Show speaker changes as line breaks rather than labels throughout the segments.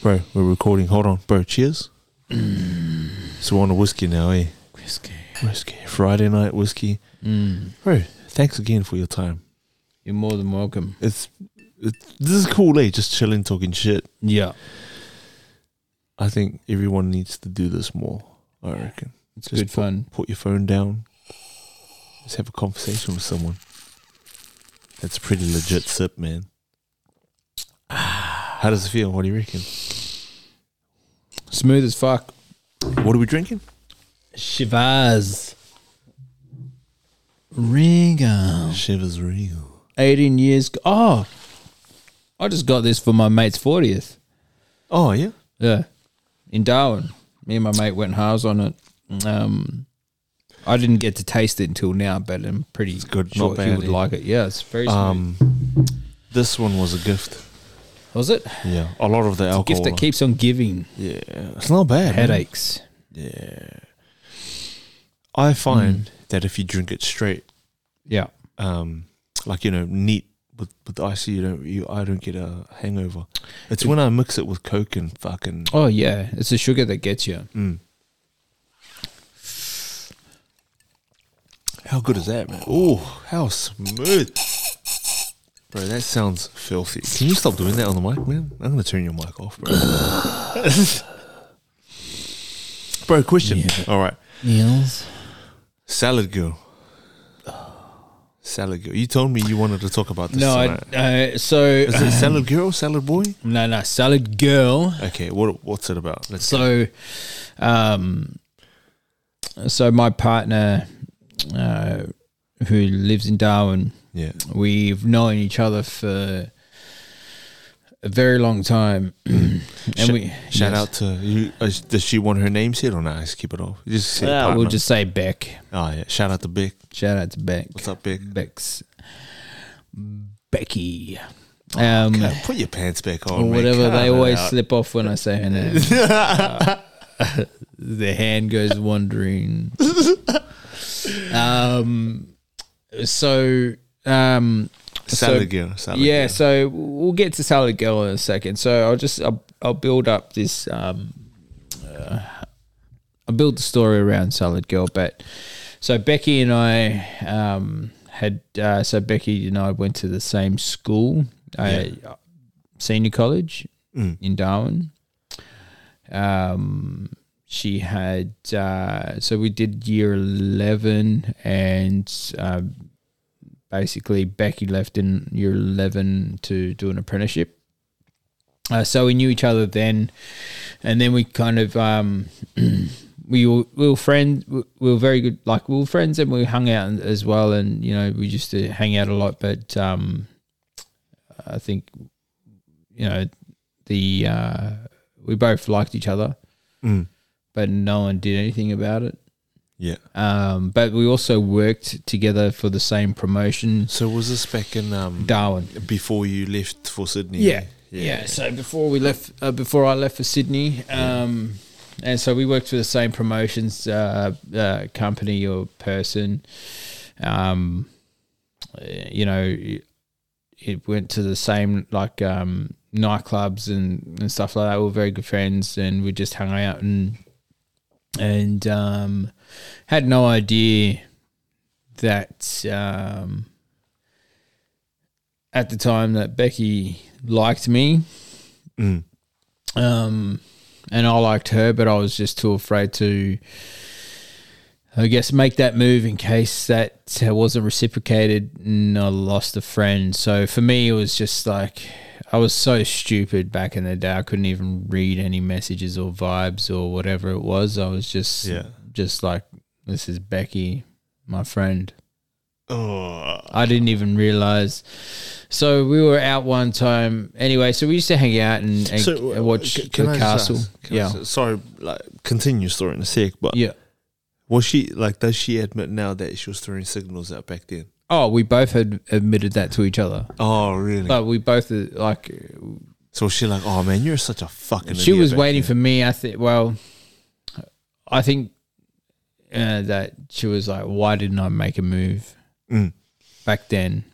Bro, we're recording. Hold on, bro. Cheers. so we're on a whiskey now, eh?
Whiskey.
Whiskey. Friday night whiskey.
Mm.
Bro, thanks again for your time.
You're more than welcome.
It's, it's this is cool, eh? Just chilling, talking shit.
Yeah.
I think everyone needs to do this more. I reckon.
It's
Just
good fun.
Put your phone down. Just have a conversation with someone. That's a pretty legit sip, man. How does it feel? What do you reckon?
Smooth as fuck.
What are we drinking?
Shivaz. Regal.
Shivers real.
18 years. g- Oh, I just got this for my mate's 40th.
Oh yeah.
Yeah. In Darwin. Me and my mate went halves on it. Um, I didn't get to taste it until now, but I'm pretty
good,
sure
not
he
bad,
would
eh?
like it. Yeah, it's very smooth.
Um, this one was a gift.
Was it?
Yeah, a lot of the
It's a
alcohol.
gift that keeps on giving.
yeah, it's not bad. man.
Headaches.
Yeah, I find that if you drink it straight,
Yeah.
um, like you know, neat with with ice, you don't you I don't get a hangover. It's when I mix it with coke and fucking.
Oh, yeah. It's the sugar that gets you.
Mm. How good is that, man? Oh, how smooth. Bro, that sounds filthy. Can you stop doing that on the mic, man? I'm gonna turn your mic off, bro. bro, question. All right,
Yes.
salad girl. Salad girl. You told me you wanted to talk about this.
No,
tonight.
I, uh, so
is it salad girl, salad boy?
no, no, salad girl.
Okay, what what's it about? Let's
So, um, so my partner, uh, who lives in Darwin,
yeah,
we've known each other for a very long time, and
Sh-
we
shout
yes.
out to you. uh, does she want her name said or not? Just keep it off. You Just say
Uh, we'll
partner.
just say Beck.
Oh yeah, shout out to Beck.
Shout out to Beck.
What's up, Beck?
Beck's Becky. Um,
Okay, put your pants back on.
or
man.
whatever.
Cut
They
it
always
out.
slip off when I say her name. Uh, the hand goes wandering. um, so um,
Salad
so,
girl. Salad
yeah.
girl.
So we'll get to salad girl in a second. So I'll just I'll, I'll build up this. Um, uh, I built the story around salad girl, but so Becky and I um, had uh, so Becky and I went to the same school, uh, senior college
Mm.
in Darwin. Um, she had uh, so we did year eleven, and uh, basically Becky left in year eleven to do an apprenticeship. Uh, so we knew each other then, and then we kind of um, we were we were friends. We were very good, like we were friends, and we hung out as well. And you know, we used to hang out a lot. But um, I think you know the uh, we both liked each other,
Mm.
but no one did anything about it.
Yeah.
Um, but we also worked together for the same promotion,
So was this back in um
Darwin.
before you left for Sydney?
Yeah. yeah. So before we left, uh, before I left for Sydney, um, and so we worked for the same promotions uh, uh, company or person. Um, uh, you know, it went to the same like um, nightclubs and, and stuff like that. We were very good friends, and we just hung out and and um, had no idea that um, at the time that Becky liked me,
Mm.
um, and I liked her, but I was just too afraid to, I guess, make that move in case that uh, wasn't reciprocated and I lost a friend. So for me, it was just like I was so stupid back in the day. I couldn't even read any messages or vibes or whatever it was. I was just,
Yeah.
just like, this is Becky, my friend.
Oh.
I didn't even realize. So we were out one time. Anyway, so we used to hang out and, and
So uh,
watch
c-
the
I just
castle.
ask? Can I
yeah,
just- sorry, like continue your story in a sec. But
yeah.
was she like? Does she admit now that she was throwing signals out back then?
Oh, we both had admitted that to each other,
Oh really?
but we both uh, like
so she like, oh man, you're such a fucking.
she
idiot
was
back
waiting
then."
for me. I think. Well, I think uh, that she was like, "Why didn't I make a move
Mm.
back then?"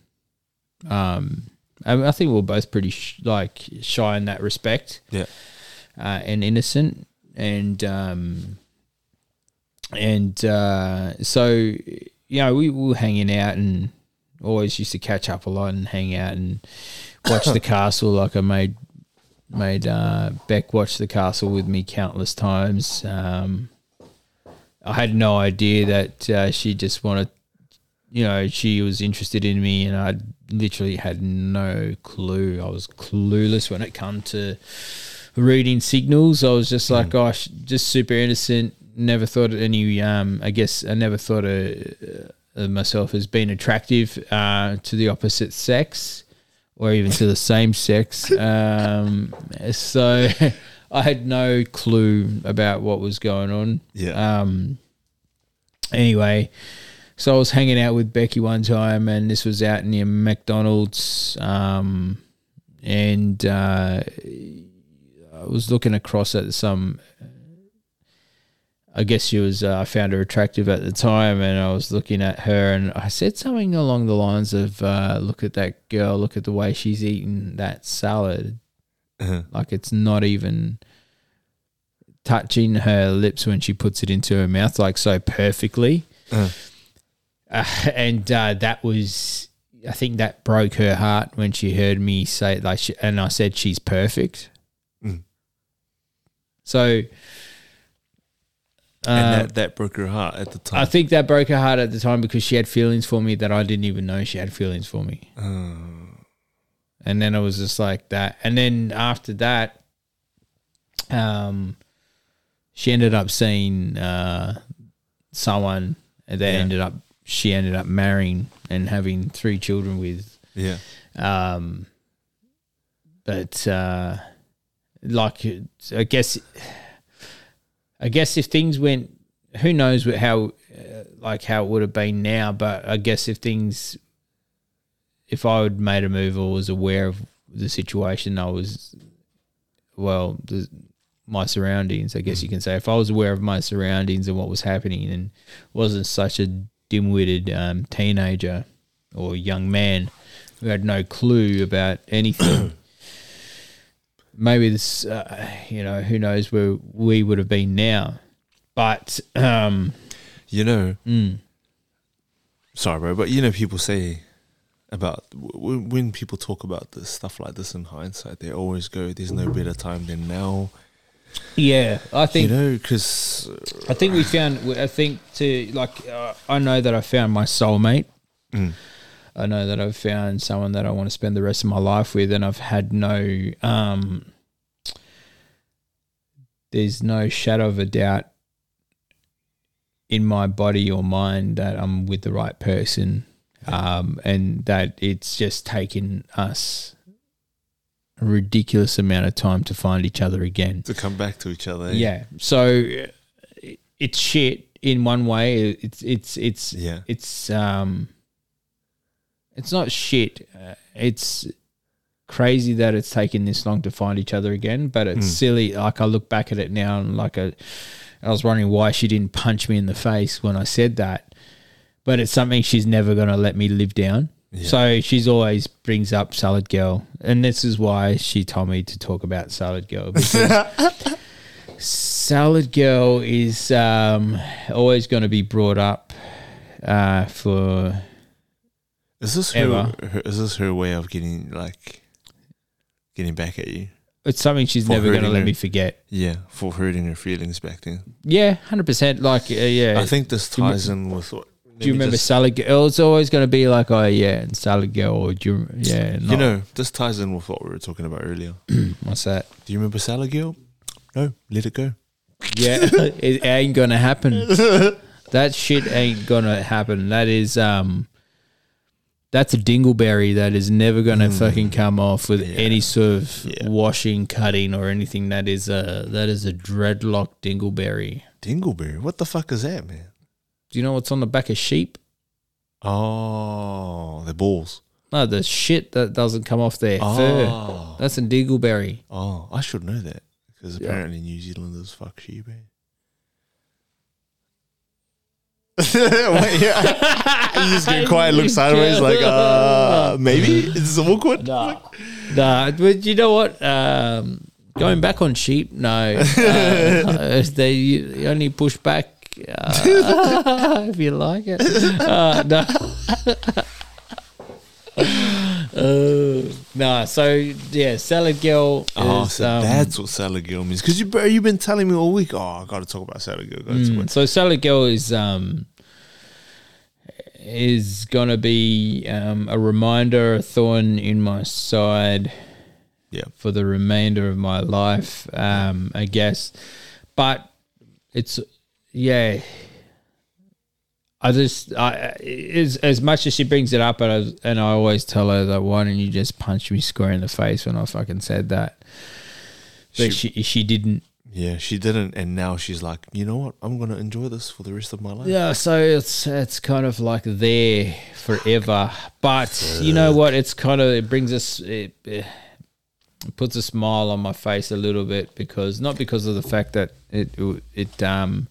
Um, I, I think we are both pretty sh- like shy in that respect.
Yeah.
uh, and innocent, and um, and uh, so you know we were hanging out and always used to catch up a lot and hang out and watch the castle. Like I made made uh, Beck watch the castle with me countless times. Um, I had no idea that uh, she just wanted, you know, she was interested in me, and I literally had no clue. I was clueless when it come to reading signals. I was just like, gosh, just super innocent. Never thought of any. Um, I guess I never thought of, uh, of myself as being attractive uh, to the opposite sex or even to the same sex. Um, so I had no clue about what was going on.
Yeah.
Um, anyway, so I was hanging out with Becky one time, and this was out near McDonald's. Um, and uh, I was looking across at some. I guess she was. Uh, I found her attractive at the time, and I was looking at her, and I said something along the lines of, uh, "Look at that girl! Look at the way she's eating that salad.
Uh-huh.
Like it's not even touching her lips when she puts it into her mouth, like so perfectly."
Uh.
Uh, and uh, that was, I think, that broke her heart when she heard me say it. Like, she, and I said, "She's perfect."
Mm.
So.
and
uh,
that, that broke your heart at the
I
time.
think that broke her heart at the time because she had feelings for me that I didn't even know she had feelings for me.
uh,
And then I was just like that. And then after that, um, she ended up seeing uh, someone that ended up she ended up marrying and having three children with
yeah.
um, but uh, like, I guess, I guess if things went, who knows what how, uh, like how it would have been now. But I guess if things, if I would made a move or was aware of the situation, I was, well, the, my surroundings. I guess you can say if I was aware of my surroundings and what was happening, and wasn't such a dim-witted um, teenager or young man who had no clue about anything. Maybe this, uh, you know, who knows where we would have been now. But um,
You know, sorry, bro, but you know, people say about w- when people talk about this stuff like this in hindsight, they always go, "There's no better time than now."
yeah, I
You
think
know, because
I think we found. I think to like, uh, I know that I found my soulmate. I know that I've found someone that I want to spend the rest of my life with, and I've had no. Um, there's no shadow of a doubt in my body or mind that I'm with the right person, um, and that it's just taken us a ridiculous amount of time to find each other again.
to come back to each other, eh?
Yeah. So uh, it's shit in one way. It's it's it's
Yeah.
it's um it's not shit. Uh, it's crazy that it's taken this long to find each other again, but it's silly. Like I look back at it now and like I, I was wondering why she didn't punch me in the face when I said that. But it's something she's never going to let me live down. So she's always brings up Salad Girl, and this is why she told me to talk about Salad Girl because Salad Girl is um, always going to be brought up uh, for
Is this her,
Ever.
her? Is this her way of getting like getting back at you?
it's something she's
For
never going to
hurting
let
her.
me forget.
Yeah, for hurting her feelings back then.
Yeah, hundred percent. Like, uh, yeah.
I think this
you rem-
ties in with what.
do you remember Salad Girl? It's always going to be like, oh yeah, and Salad Girl, or do you, yeah,
you know, this ties in with what we were talking about earlier.
what's that?
Do you remember Salad Girl? No, let it go.
Yeah, it ain't gonna happen. that shit ain't gonna happen. That is um that's a dingleberry that is never gonna fucking come off with any sort of
Yeah.
washing, cutting or anything. That is a that is a dreadlock dingleberry.
Dingleberry, what the fuck is that, man?
Do you know what's on the back of sheep?
Oh, the balls.
No, the shit that doesn't come off their
Oh.
fur. That's a dingleberry.
Oh, I should know that because apparently New Zealanders fuck sheep. Eh? Wait, yeah. you just get quiet, look sideways, like uh, maybe it's awkward.
Nah, but you know what? Um, Going back on sheep, no. Uh, they you only push back uh, if you like it. Uh, no. Uh, no, so yeah, salad girl.
Oh,
is,
so
um,
that's what salad girl means. Because you, bro, you've been telling me all week. Oh, I got to talk about salad girl. gotta talk about-"
So Salad Girl is um is gonna be um, a reminder, a thorn in my side
Yeah,
for the remainder of my life, um, I guess. But it's yeah. I just I as as much as she brings it up, and I, and I always tell her that why don't you just punch me square in the face when I fucking said that, but she she didn't.
yeah, she didn't, and now she's like, you know what? I'm gonna enjoy this for the rest of my life.
Yeah, so it's it's kind of like there forever, but you know what? It's kind of it brings us it, it puts a smile on my face a little bit because not because of the fact that it it um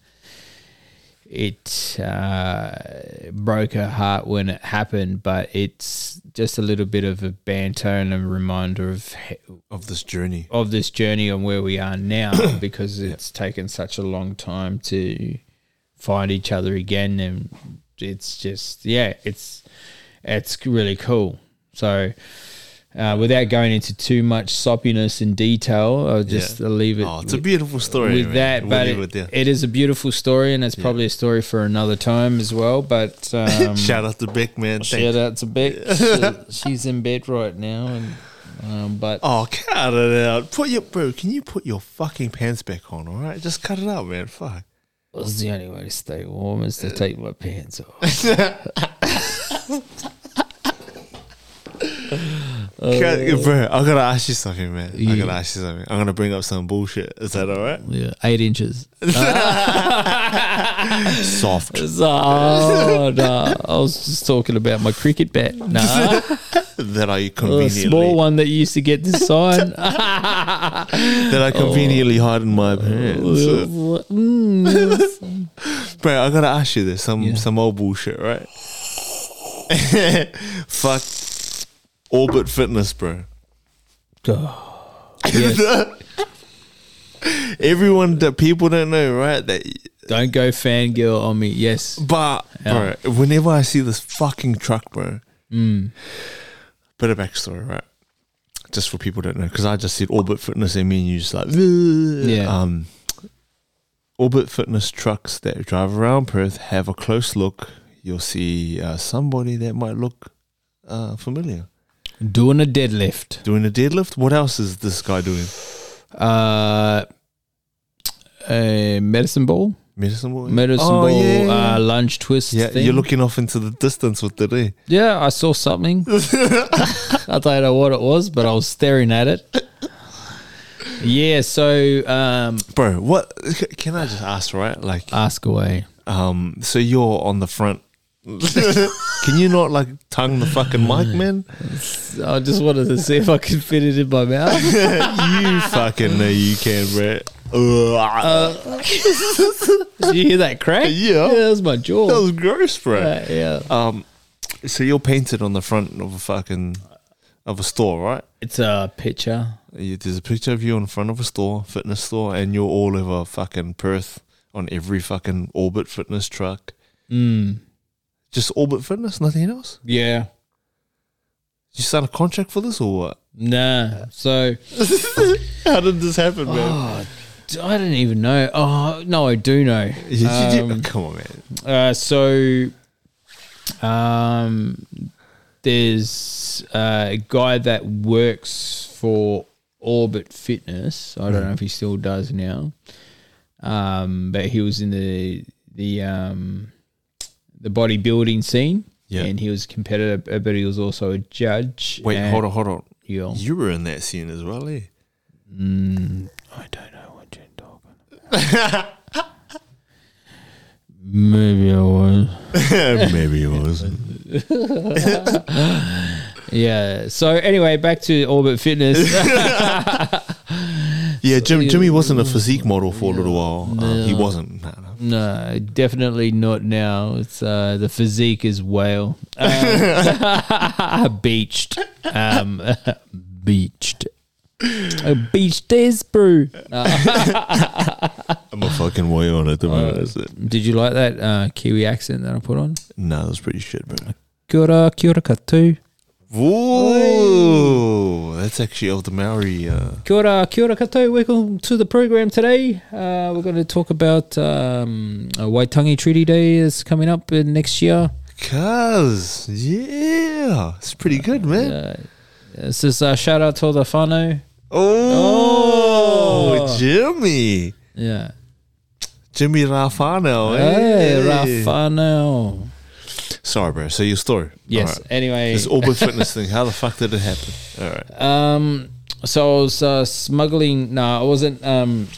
it uh, broke her heart when it happened, but it's just a little bit of a banter and a reminder of he-
Of this journey,
of this journey and where we are now because it's taken such a long time to find each other again and it's just yeah it's it's really cool so uh, without going into too much soppiness and detail i'll just
Yeah.
leave it
oh, it's a beautiful story.
with
man.
that
We'll
but
leave
it-
it there.
it is a beautiful story and it's probably a story for another time as well but um,
Shout out to Beck, man. Thank
shout out to beck She- she's in bed right now and um, but
Oh, cut it out. Put your bro, can you put your fucking pants back on, alright? Just cut it out, man. Fuck.
That's the only way to stay warm is to take my pants off. Uh,
Cut- bro, I gotta ask you something, man. I gotta ask you something. I'm gonna bring up some bullshit. Is that alright?
Yeah, eight inches.
Soft.
Oh, no. I was just talking about my cricket bat. No,
that I
a
conveniently
Uh, small one that you used to get to sign.
that
Oh.
I conveniently hide in
Uh,
my pants.
Mm.
Bro, I gotta ask you this. Some some old bullshit, right? Fuck Orbit Fitness, bro.
Oh, yes.
Everyone that people don't know, right? That
Don't go fangirl on me. Yes.
But
Yeah. Mm.
bro, whenever I see this fucking truck, bro, bit of backstory, right? Just for people that don't know, because I just said Orbit Fitness, and me and you just like, yeah. Um, Orbit Fitness trucks that drive around Perth have a close look. You'll see uh, somebody that might look uh, familiar
Doing a deadlift.
doing a deadlift. What else is this guy doing?
Uh, a medicine ball.
Medicine ball.
Medicine
Oh,
ball.
yeah, yeah.
Uh, lunge twist.
yeah,
thing.
you're looking off into the distance with the day.
Yeah, I saw something. I don't know what it was, but I was staring at it. Yeah, so um,
Bro, what can I just ask, right? Like,
ask away.
Um, so you're on the front. Can you not like tongue the fucking mic, man?
I just wanted to see if I could fit it in my mouth.
you fucking know you can, bro. Ugh.
Did you hear that crack?
Yeah.
yeah that was my
that
jaw.
was gross, bro.
Uh, yeah,
Um, so you're painted on the front of a fucking of a store, right?
it's a picture.
You- There's a picture of you in front of a store, fitness store, and you're all over fucking Perth on every fucking Orbit Fitness truck.
Mm.
Just Orbit Fitness, nothing else.
Yeah,
You sign a contract for this or what?
nah. So
How did this happen, man?
oh, I don't even know. Oh no, I do know.
Did you do-
Um,
come on, man.
Uh, so, um, there's uh, a guy that works for Orbit Fitness. I don't know if he still does now, um, but he was in the the um, the bodybuilding scene.
Yeah.
and he was a competitor, but he was also a judge.
Wait,
and
hold on, hold on.
Yeah.
You were in that scene as well, eh?
Mm, I don't know what you're talking about. Maybe I was.
Maybe it wasn't.
Yeah. So anyway, back to Orbit Fitness.
Yeah, Jim, Jimmy wasn't a physique model for a little while. Um, he wasn't. Nah, nah.
no, definitely not now. It's uh, the physique is whale um, beached, um, beached. Oh, beach days, bro.
I'm a fucking warrior on it. the moment, is it?
Did you like that uh, Kiwi accent that I put on?
No, that was pretty shit, bro.
Kia ora, kia ora katoa.
Whoa, that's actually of the Maori. Uh,
Kia ora, kia ora katoa. Welcome to the program today. Uh, we're going to talk about um, uh, Waitangi Treaty Day is coming up in next year.
Cuz, yeah, it's pretty good, man.
Uh, this is uh, shout out to all the whānau.
Oh,
Oh.
Jimmy,
Yeah.
Jimmy Rafano.
Hey,
hey.
Rafano.
Sorry, bro. So your story.
Yes.
All right.
Anyway,
This Auburn fitness thing. How the fuck did it happen? All right.
Um, so I was uh, smuggling. No, I wasn't. Um,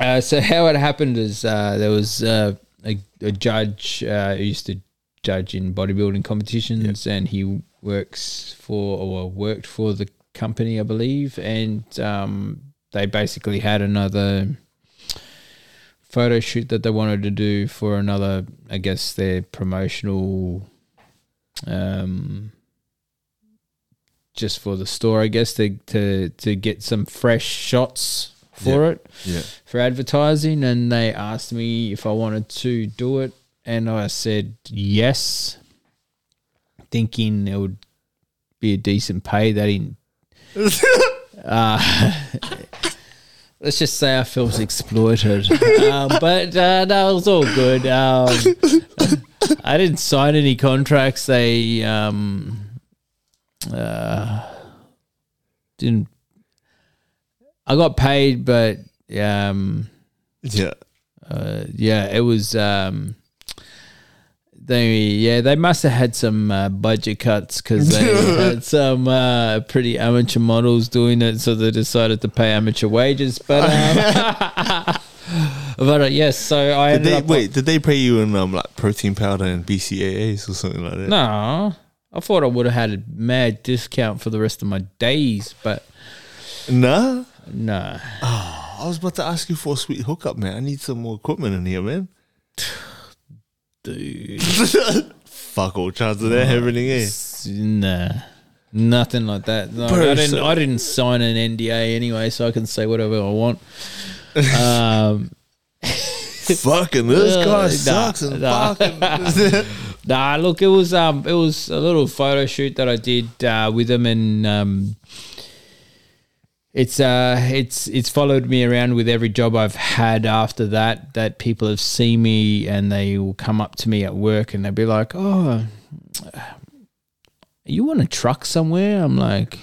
uh, so how it happened is uh, there was uh, a, a judge uh, who used to judge in bodybuilding competitions, and he works for or worked for the company, I believe, and um, they basically had another photo shoot that they wanted to do for another, I guess, their promotional. Um, just for the store, I guess, to to to get some fresh shots for it
Yeah.
for advertising, and they asked me if I wanted to do it, and I said yes, thinking it would be a decent pay. They didn't. Uh, let's just say I felt exploited, um, but uh, no, it was all good. Um, I didn't sign any contracts. They um, uh, didn't. I got paid, but um,
Yeah.
uh, yeah, it was. Um, they yeah, they must have had some uh, budget cuts because they had some uh, pretty amateur models doing it, so they decided to pay amateur wages. But um, but uh, yes, so I
Did
ended
they,
up
wait, did they pay you in um, like protein powder and BCAAs or something like that?
No, I thought I would have had a mad discount for the rest of my days, but
Nah.
no.
I was about to ask you for a sweet hookup, man. I need some more equipment in here, man.
Dude.
Fuck all chance of that happening, eh?
S- Nah, nothing like that. No,
Bro,
I didn't.
so-
I didn't sign an NDA anyway, so I can say whatever I want. Um,
fucking this
Uh,
guy
nah,
sucks and
nah.
fucking.
nah, look, it was um, it was a little photo shoot that I did uh, with him, and um, it's uh, it's it's followed me around with every job I've had after that. That people have seen me, and they will come up to me at work, and they'll be like, "Oh, you on a truck somewhere?" I'm like,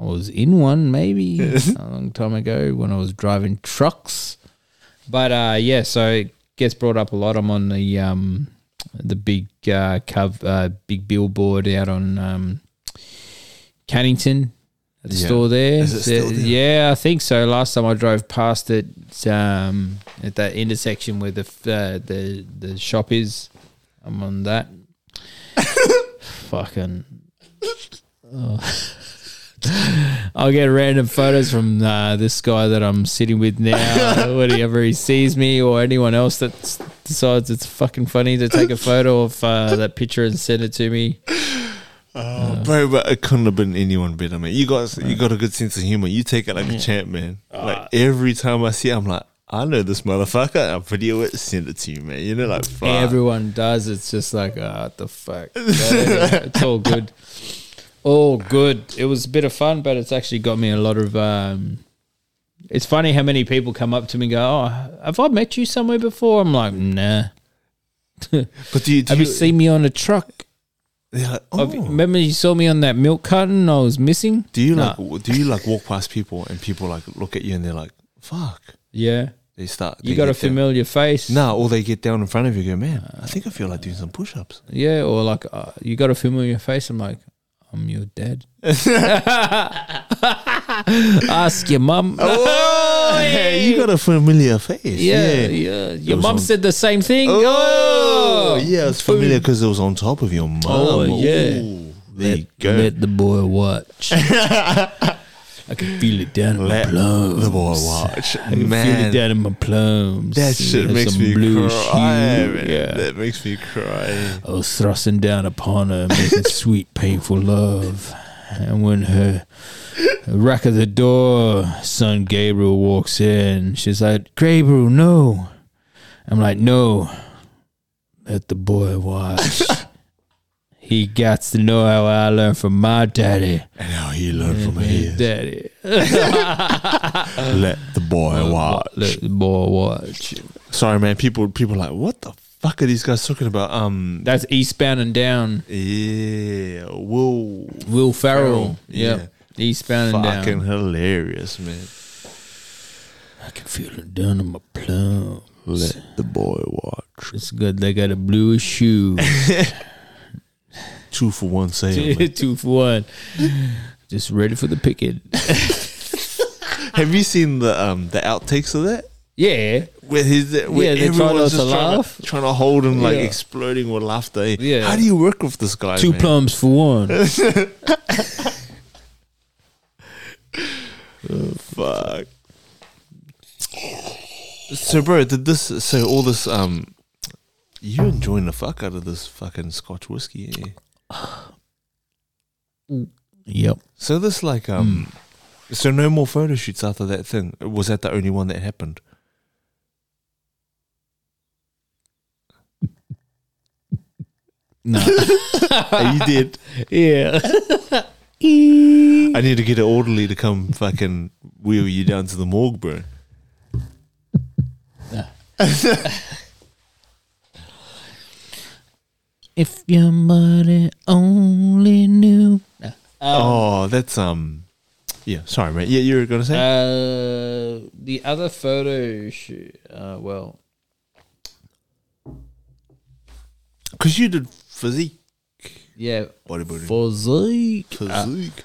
"I was in one maybe a long time ago when I was driving trucks." But uh, yeah, so it gets brought up a lot. I'm on the um, the big uh, cov- uh, big billboard out on um, Cannington at the
Yeah.
store there.
Is it still there?
Yeah, I think so. Last time I drove past it um, at that intersection where the f- uh, the the shop is, I'm on that. Fucking. oh. I'll get random photos from uh, this guy that I'm sitting with now, whenever he sees me or anyone else that s- decides it's fucking funny to take a photo of uh, that picture and send it to me.
oh, bro, but it couldn't have been anyone better, man. You got you got a good sense of humor. You take it like a champ, man. like every time I see, it, I'm like, I know this motherfucker. I video it, send it to you, man. You know, like fuck.
Everyone does. It's just like, ah, what the fuck. But anyway, it's all good. All good. It was a bit of fun, but it's actually got me a lot of. Um, it's funny how many people come up to me and go, "Oh, have I met you somewhere before?" I'm like, "Nah."
but do you? Do
Have
you,
you seen me on a truck?
they're like,
Have-
oh.
Remember you saw me on that milk carton I was missing?
do you
Nah.
like? w- Do you like walk past people and people like look at you and they're like, fuck.
Yeah.
They start.
You
they
got a
get down-
familiar face.
No, or they get down in front of you and go, man, I think I feel like doing some push ups.
Yeah, or like uh, you got a familiar face. I'm like, I'm your dad. Ask your mum.
Oh, hey, you got a familiar face.
yeah, yeah. Your
was
mum
on-
said the same thing.
Oh, yeah, it's
Boom.
familiar because it was on top of your mum.
Oh, yeah.
Ooh, there you go. Let,
Let the boy watch. I can feel it down in my plums.
the boy watch.
I can feel it
Man,
down in my plums.
that shit
Have
makes
some
me cry.
hue.
man.
Yeah.
That makes me cry.
I was thrusting down upon her, making sweet, painful love. And when her rack of the door son Gabriel walks in, she's like, Gabriel, no. I'm like, no. Let the boy watch. he got to know how I learned from my daddy.
And how he learned from his.
Daddy.
Let the boy watch.
Let the boy watch.
Sorry, man. People, people are like, what the fuck are these guys talking about? Um,
That's Eastbound and Down.
yeah, whoa,
Will Farrell.
Ferrell,
Yeah. Eastbound and Down.
fucking hilarious, man.
I can feel it down in my plum.
Let the boy watch.
It's good. They got a blue shoe.
Two for one sale. man.
Two for one. Just ready for the picket.
Have you seen the um the outtakes of that?
Yeah.
Where his where
they're trying
everyone's
not
just
to
trying
laugh.
to trying to hold him like
Yeah.
exploding with laughter. eh?
Yeah.
How do you work with this guy?
Two
man?
plums for one.
Fuck. So, bro, did this? So, all this. Um, you enjoying the fuck out of this fucking Scotch whiskey? eh?
yep.
So this like um, so no more photo shoots after that thing. Was that the only one that happened?
No.
Are Oh, you did.
yeah.
I need to get an orderly to come fucking wheel you down to the morgue, bro.
If your money only knew.
oh, that's um, yeah. Sorry, mate. Yeah, you were gonna say.
Uh, the other photo shoot. Uh, well,
Because you did physique, Uh,
yeah.
bodybuilding,
Physique.
physique.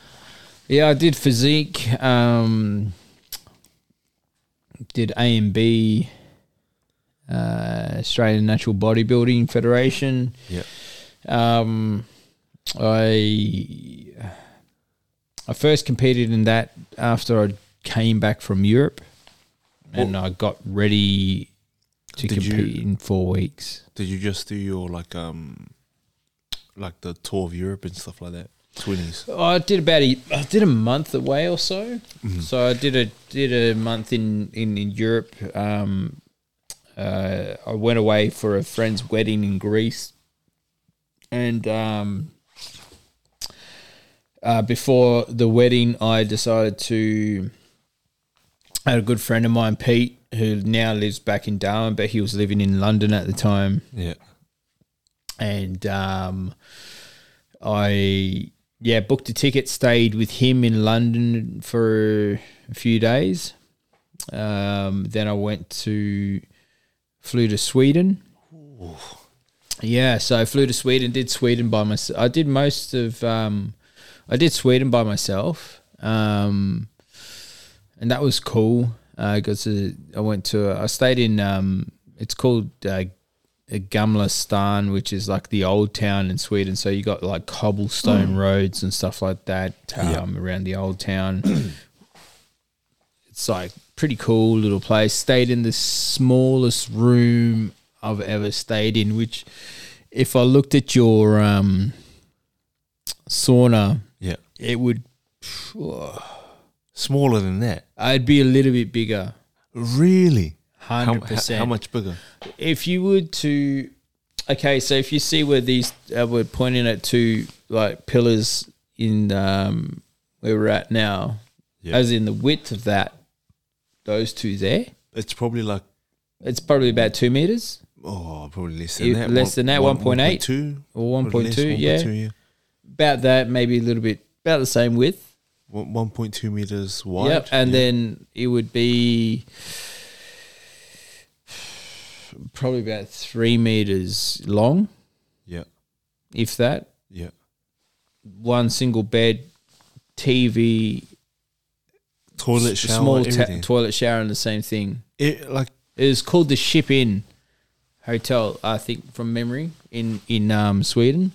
Yeah, I did physique. Um, did A and B, uh, Australian Natural Bodybuilding Federation.
yeah.
Um, I I first competed in that after I came back from Europe, and I got ready to
Did you-
compete in four weeks.
Did you just do your like um, like the tour of Europe and stuff like that? Twenties.
I did about a, I did a month away or so. So I did a did a month in in, in Europe. Um, uh, I went away for a friend's wedding in Greece, and um, uh, before the wedding, I decided to. I had a good friend of mine, Pete, who now lives back in Darwin, but he was living in London at the time,
Yeah.
and um, I yeah booked a ticket, stayed with him in London for a few days. Um, then I went to flew to Sweden. Yeah, so I flew to Sweden, did Sweden by myself. I did most of um, I did Sweden by myself, um, and that was cool. Uh, got to I went to I stayed in um, it's called uh, uh, Gamla Stan, which is like the old town in Sweden. So you got like cobblestone roads and stuff like that um, around the old town. it's like pretty cool little place. Stayed in the smallest room I've ever stayed in, which if I looked at your um, sauna,
Yeah.
it would.
Smaller than that.
I'd be a little bit bigger.
Really. How,
Hundred
how,
percent.
how much bigger?
if you were to okay so if you see where these uh, we're pointing at two like pillars in um where we're at now
Yeah.
as in the width of that those two there
It's probably like
it's probably about two meters
oh, probably less than
If-
that.
less than that, 1.8.
1.2,
or
probably less,
1.2 yeah
1.2, yeah.
about that maybe a little bit about the same width
One- 1.2 meters wide.
Yep, and
yeah.
then it would be probably about three meters long
yeah,
if that
yeah,
one single bed tv
toilet
s-
shower,
small ta-
everything.
toilet shower and the same thing.
it, like
It was called the Ship Inn Hotel, I think, from memory in in um, Sweden.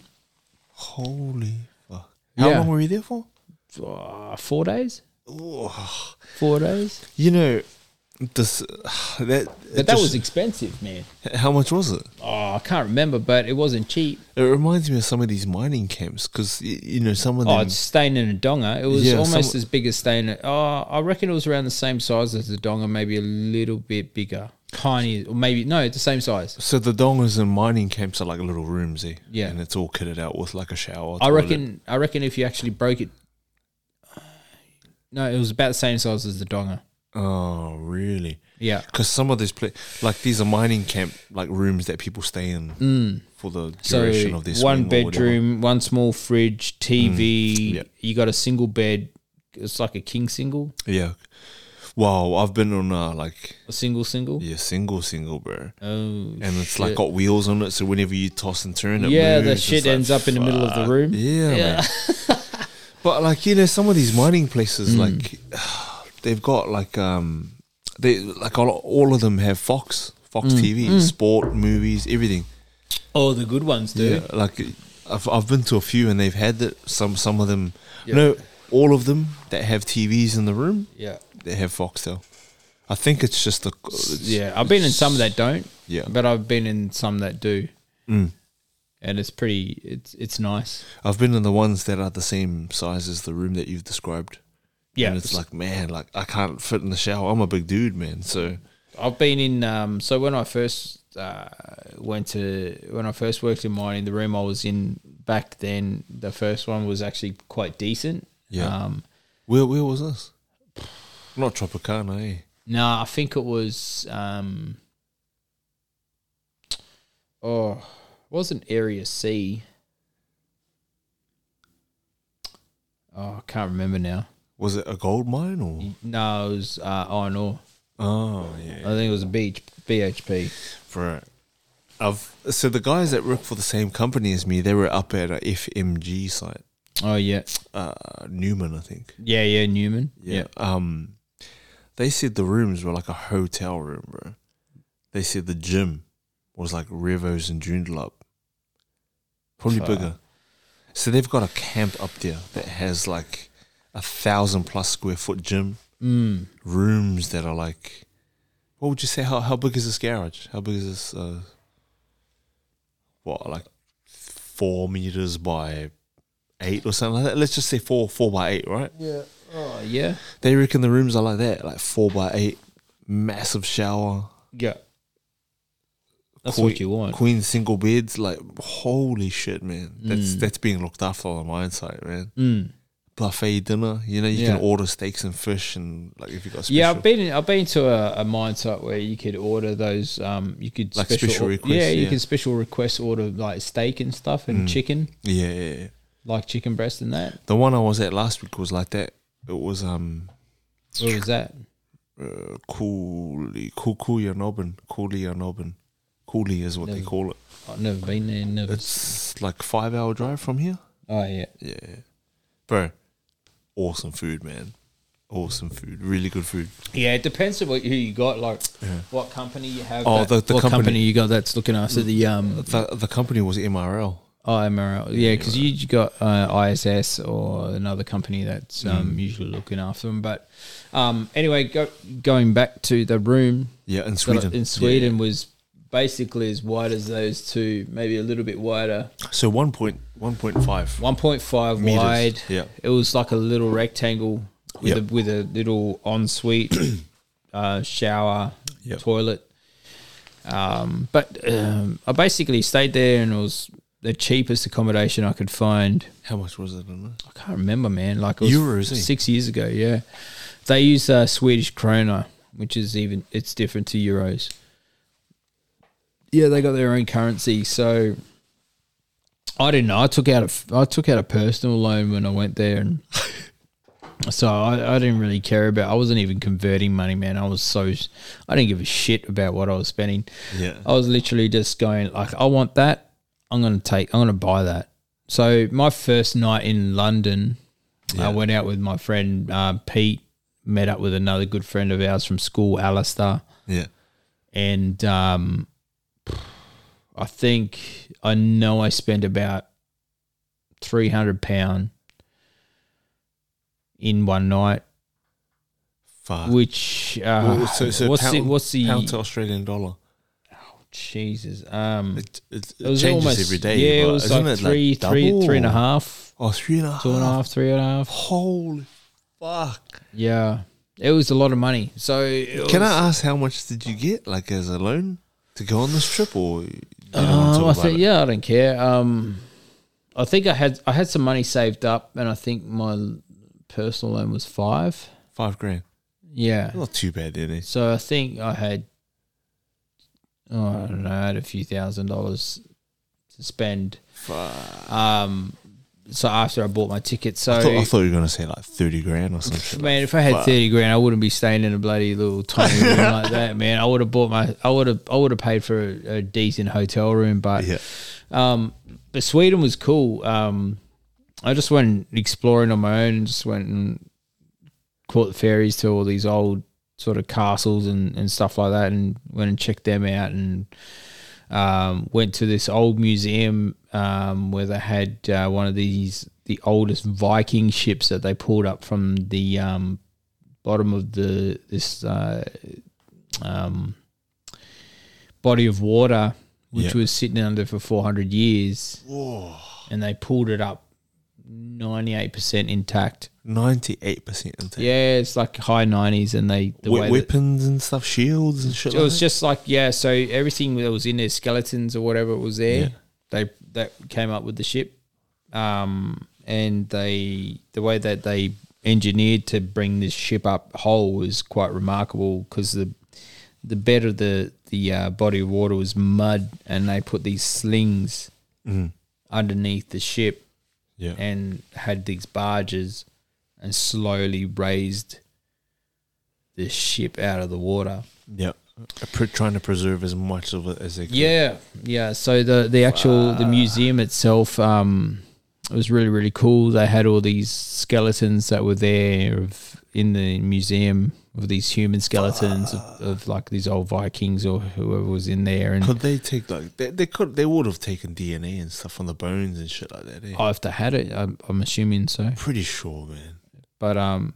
holy fuck! How
Yeah.
long were you there for?
Uh, Ah, four days,
Oh,
four days.
you know, This that
But that was expensive, man.
how much was it?
Oh, I can't remember, but it wasn't cheap.
It reminds me of some of these mining camps because you know some of
Oh,
them.
it's staying in a donger. It was
Mm. Yeah,
almost
some-
as big as staying. in- Oh, I reckon it was around the same size as the donger, maybe a little bit bigger, tiny, or maybe no, the same size.
so the dongas and mining camps are like little rooms, eh?
Yeah.
and it's all kitted out with like a shower.
I
toilet.
reckon. I reckon if you actually broke it, no, it was about the same size as the donger.
Oh, really?
Yeah,
Because some of these, pla- like these are mining camp like rooms that people stay in for the
Mm. so
duration of this
one bedroom, one small fridge, TV.
yeah.
You got a single bed. It's like a king single,
Yeah. Wow, I've been on uh, like
a single single.
yeah, single, single, bro,
Oh,
and it's like got wheels on it, so whenever you toss and turn, it
yeah, the
moves.
shit
It's like,
ends up in the middle of the room.
Yeah, man. but like you know, some of these mining
Mm.
places, like they've got like um, they like all, all of them have Fox, Fox
Mm.
TV, sport, movies, everything.
Oh, the good ones, dude.
Yeah, like I've I've been to a few and they've had that. Some some of them, no, all of them that have TVs in the room,
Yeah.
they have Foxtel. I think it's just the it's-
Yeah, I've been in some that don't.
Yeah. Mm.
but I've been in some that do, and it's pretty. It's it's nice.
I've been in the ones that are the same size as the room that you've described.
Yeah,
and it's like man, like I can't fit in the shower. I'm a big dude, man. So
I've been in. Um, so when I first uh, went to when I first worked in mining, the room I was in back then, the first one was actually quite decent.
Yeah.
Um,
where where was this? Not Tropicana, eh?
no, I think it was. Um, oh, it wasn't Area C. Oh, I can't remember now.
Was it a gold mine or?
No, it was uh, iron ore.
Oh yeah,
I think it was a beach BHP.
right. I've so the guys that work for the same company as me, they were up at a FMG site.
Oh yeah,
uh, Newman, I think.
yeah, yeah. Newman. Yeah.
Um, they said the rooms were like a hotel room, bro. They said the gym was like Revo's and Joondalup. Probably
Fuck.
bigger. So they've got a camp up there that has like a thousand plus square foot gym.
Mm.
Rooms that are like, what would you say? How, how big is this garage? How big is this? Uh, what, like four meters by eight or something like that? Let's just say four, four by eight, right?
Yeah. Oh yeah.
They reckon the rooms are like that, like four by eight, massive shower,
Yeah. That's
Queen-
what you want.
queen single beds. Like holy shit, man! That's that's being looked after on my site, man.
Mm.
Buffet dinner, you know, you
Yeah.
can order steaks and fish, and like if you got special,
Yeah, I've been in, I've been to a, a mine site where you could order those. Um, you could
Like special requests,
Yeah, you
yeah. Mm.
can special request order like steak and stuff and chicken,
yeah, yeah, yeah.
like chicken breast and that.
The one I was at last week was like that. It was um
What was that?
uh, coolly cool coolly Nobin, coolly Nobin, coolly is what they call it.
I've never been there. Never.
It's like five hour drive from here.
oh yeah.
Yeah. Bro, awesome food, man. Awesome food. Really good food.
Yeah, it depends on what, who you got, like what company you have.
Oh,
that-
the- the
what
company- Mm.
you got that's looking after the um
The, the company was MRL.
IMRL. Yeah, because you you got uh, ISS or another company that's
Mm.
um, usually looking after them. But um, anyway, go, going back to the room
Yeah, in
that I-
Sweden.
in Sweden was basically as wide as those two, maybe a little bit wider.
Yeah. So 1 point, 1.5.
1.5
Meters,
wide.
yeah.
It was like a little rectangle with,
Yep.
a, with a little ensuite, uh, shower,
Yep.
toilet. Um, but um, I basically stayed there and it was the cheapest accommodation I could find.
How much was it in there?
I can't remember, man. Like it was
Euros, eh?
six years ago. Yeah, they use uh, Swedish krona, which is even it's different to euros. Yeah, they got their own currency. So I didn't know. I took out a I took out a personal loan when I went there, and so I, I didn't really care about. I wasn't even converting money, man. I was so I didn't give a shit about what I was spending.
Yeah.
I was literally just going like, I want that. I'm gonna take. I'm gonna buy that. So my first night in London, I went out with my friend uh, Pete. Met up with another good friend of ours from school, Alistair,
Yeah.
and um, I think I know I spent about three hundred pound in one night
Fuck.
which uh,
Well, so, so
what's
pound,
the what's the
pound to Australian dollar?
Jesus? Um,
It, it, it,
it was
changes
almost
every day.
Yeah,
but
it was
isn't it
like three, three, three and a
double?
half,
Oh, three and a half.
two and a half, three and a half.
Holy fuck!
Yeah, it was a lot of money. So it
Can
was-
I ask how much did you get, like as a loan, to go on this trip, or you don't want to
Um,
talk
I
about
think
it?
yeah, I don't care. Um, I think I had I had some money saved up, and I think my personal loan was five.
Five grand.
Yeah,
Not too bad, then. eh?
so I think I had oh, I don't know, I had a few thousand dollars to spend.
Fuck.
Um, so after I bought my ticket, so
I thought, I thought you were gonna say like thirty grand or
Pff,
something.
Man, if I had
Fuck.
thirty grand, I wouldn't be staying in a bloody little tiny room like that. Man, I would have bought my, I would have, I would have paid for a, a decent hotel room. But,
Yeah.
um, but Sweden was cool. Um, I just went exploring on my own. and Just went and caught the ferries to all these old sort of castles and and stuff like that, and went and checked them out and. Um, went to this old museum um, where they had uh, one of these the oldest Viking ships that they pulled up from the um, bottom of the this uh, um, body of water, which
Yeah.
was sitting under for 400 years,
Whoa.
and they pulled it up 98% intact.
Ninety-eight percent.
Yeah, it's like high 90s, and they the way that-
weapons and stuff, shields and shit.
it was
like
just like yeah, so everything that was in there, skeletons or whatever was there,
Yeah.
they that came up with the ship, um, and they the way that they engineered to bring this ship up whole was quite remarkable because the the bed of the the uh, body of water was mud, and they put these slings underneath the ship
that. yeah.
and had these barges and slowly raised the ship out of the water.
Yeah. Uh, pre- Trying to preserve as much of it as they can.
Yeah, yeah. So the the actual the museum itself, um, it was really really cool. They had all these skeletons that were there of, in the museum of these human skeletons of, of like these old Vikings or whoever was in there, and
Could they take like they, they could they would have taken DNA and stuff on the bones and shit like that. eh?
oh, if they had it, I'm, I'm assuming so.
Pretty sure, man.
But um,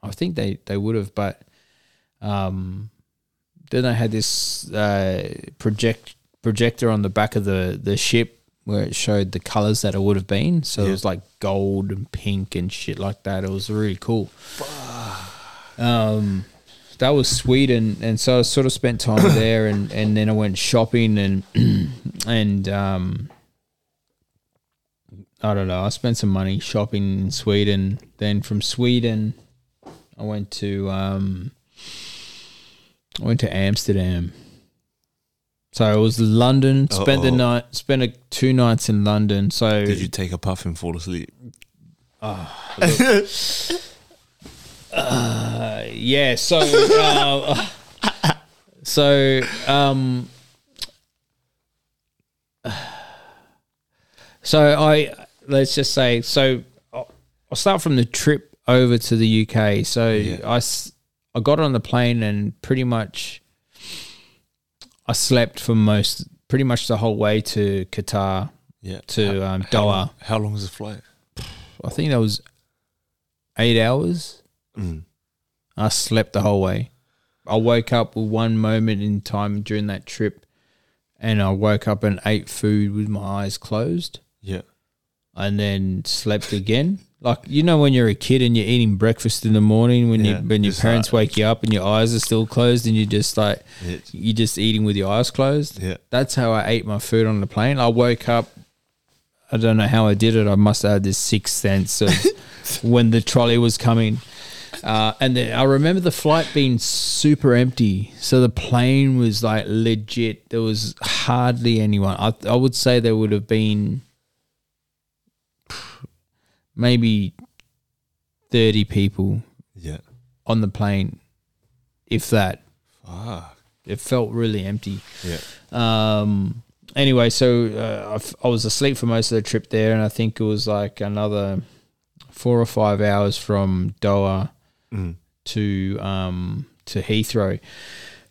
I think they they would have, but um, then they had this uh project projector on the back of the the ship where it showed the colors that it would have been. So it
Yeah.
was like gold and pink and shit like that. It was really cool. Um, that was Sweden, and so I sort of spent time there, and and then I went shopping and and um. I don't know. I spent some money shopping in Sweden. Then from Sweden, I went to um, I went to Amsterdam. So it was London. Spent the
Uh-oh.
night. Spent a, two nights in London. So
Did you take a puff and fall asleep?
uh, yeah. So uh, so um, so I let's just say so I'll I'll start from the trip over to the UK. So I s I I got on the plane and pretty much. I slept for most, pretty much the whole way to Qatar
Yeah.
to um,
How
Doha.
long, how long is the flight?
I think that was eight hours.
Mm.
I slept the whole way. I woke up with one moment in time during that trip, and I woke up and ate food with my eyes closed,
Yeah.
and then slept again. Like you know, when you're a kid and you're eating breakfast in the morning, when
Yeah,
you when your
just
parents wake you up and your eyes are still closed, and you're just like
Yeah.
you're just eating with your eyes closed.
Yeah.
That's how I ate my food on the plane. I woke up. I don't know how I did it. I must have had this sixth sense of when the trolley was coming. Uh, and then I remember the flight being super empty. So the plane was like legit. There was hardly anyone. I, I would say there would have been maybe 30 people
Yeah.
on the plane, if that.
Fuck.
It felt really empty.
Yeah.
Um, anyway, so uh, I f- I was asleep for most of the trip there, and I think it was like another four or five hours from Doha
Mm.
to um, to Heathrow.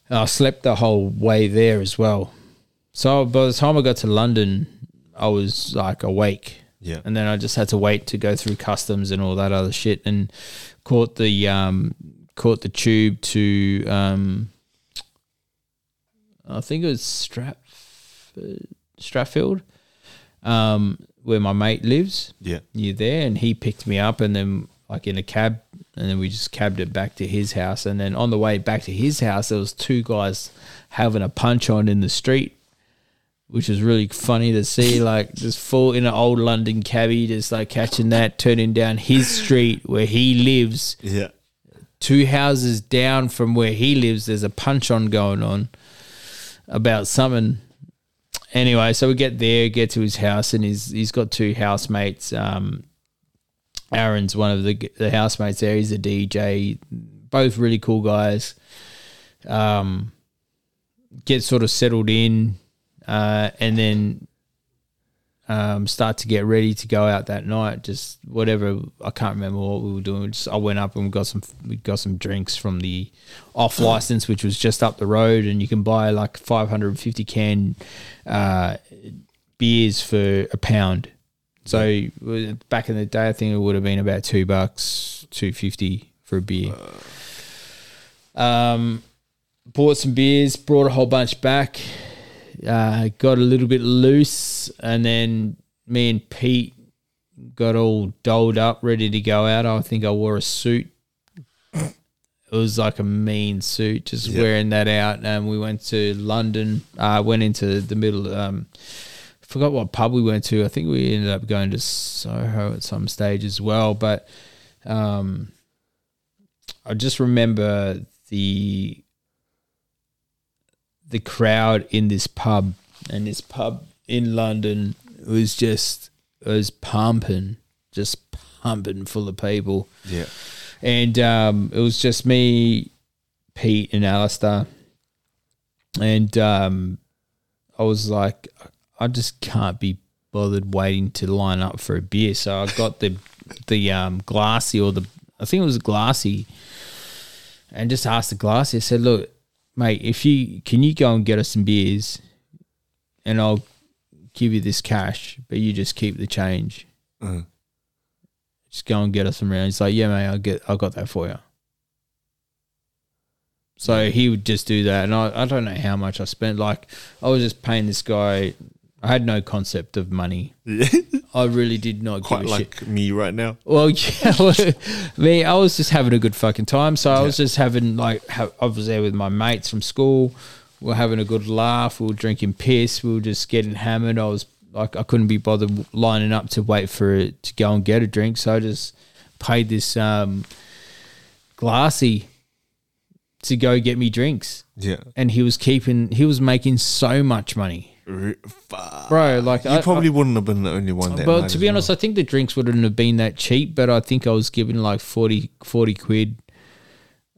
And I slept the whole way there as well. So by the time I got to London, I was like awake
Yeah.
and then I just had to wait to go through customs and all that other shit, and caught the um, caught the tube to um, I think it was Stratford, Stratfield, um, where my mate lives.
Yeah.
Near there, and he picked me up, and then like in a cab, and then we just cabbed it back to his house. And then on the way back to his house, there was two guys having a punch on in the street, which was really funny to see. Like just full in an old London cabbie, just like catching that, turning down his street where he lives
Yeah.
two houses down from where he lives, there's a punch on going on about something. Anyway, so we get there, get to his house, and he's he's got two housemates. Um, Aaron's one of the the housemates there. He's a DJ. Both really cool guys. Um, get sort of settled in, uh, and then um, start to get ready to go out that night. Just whatever I can't remember what we were doing. We Just I went up and we got some we got some drinks from the off license, which was just up the road, and you can buy like five hundred and fifty can uh, beers for a pound. So w- back in the day, I think it would have been about two bucks, two fifty for a beer. Um, bought some beers, brought a whole bunch back uh, got a little bit loose, and then me and Pete got all doled up, ready to go out. I think I wore a suit. It was like a mean suit, just wearing that out. And we went to London. Uh, went into the middle. Um, forgot what pub we went to. I think we ended up going to Soho at some stage as well. But um, I just remember the the crowd in this pub and this pub in London was just was pumping, just pumping full of people,
Yeah.
and um, it was just me, Pete, and Alistair, and um, I was like, I just can't be bothered waiting to line up for a beer, so I got the the um, glassy or the I think it was glassy and just asked the glassy. I said, "Look, mate, if you can you go and get us some beers, and I'll give you this cash, but you just keep the change.
Mm.
Just go and get us some rounds." He's like, "Yeah, mate, I'll get I got that for you." So he would just do that, and I, I don't know how much I spent. Like I was just paying this guy. I had no concept of money.
Yeah.
I really did not give
Quite
a shit.
like me right now.
Well, yeah, well, me, I was just having a good fucking time. So I was just having like, ha- I was there with my mates from school. We were having a good laugh. We were drinking piss. We were just getting hammered. I was like, I couldn't be bothered lining up to wait for it to go and get a drink. So I just paid this um, glassy to go get me drinks,
Yeah.
and he was keeping, he was making so much money,
R- fuck.
bro. Like
You
I,
probably wouldn't have been the only one that
well,
night
to
as
be honest, I think the drinks wouldn't have been that cheap, but I think I was given like 40, 40 quid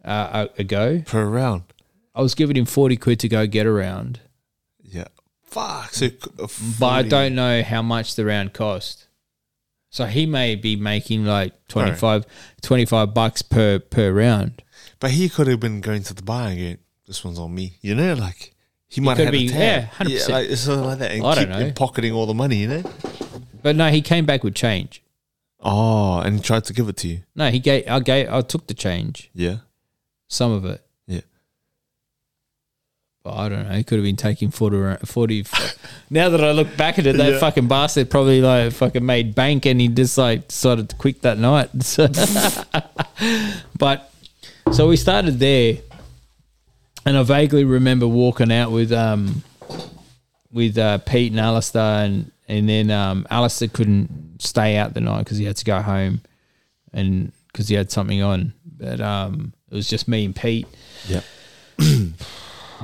uh, a, a go.
per round.
I was giving him 40 quid to go get around,
Yeah. Fuck. So, uh,
but I don't know how much the round cost. So he may be making like 25, 25 bucks per, per round.
But he could have been going to the bar again. This one's on me. You know, like he might
could
have
be-
had a tab.
yeah, 100%.
like it's sort of like that, and
I
keep
don't know.
and pocketing all the money. You know.
But no, he came back with change.
Oh, and he tried to give it to you.
No, he gave, I gave, I took the change,
Yeah.
some of it.
Yeah.
But I don't know. He could have been taking 40. ra- 40 now that I look back at it, that
Yeah.
fucking bastard probably like fucking made bank and he just like decided to quit that night. So- but so we started there. And I vaguely remember walking out with um with uh, Pete and Alistair and and then um, Alistair couldn't stay out the night because he had to go home and because he had something on. But um, it was just me and Pete
Yeah.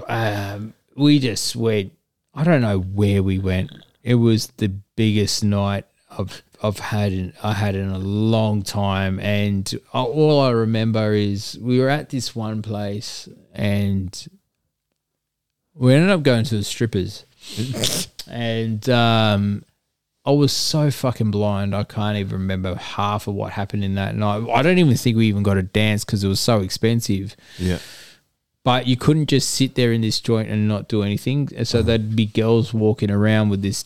um, we just went. I don't know where we went. It was the biggest night I've I've had in I had in a long time, and a- all I remember is we were at this one place, and we ended up going to the strippers, and um, I was so fucking blind. I can't even remember half of what happened in that night. I don't even think we even got a dance because it was so expensive
Yeah.
but you couldn't just sit there in this joint and not do anything. And So there'd be girls walking around with this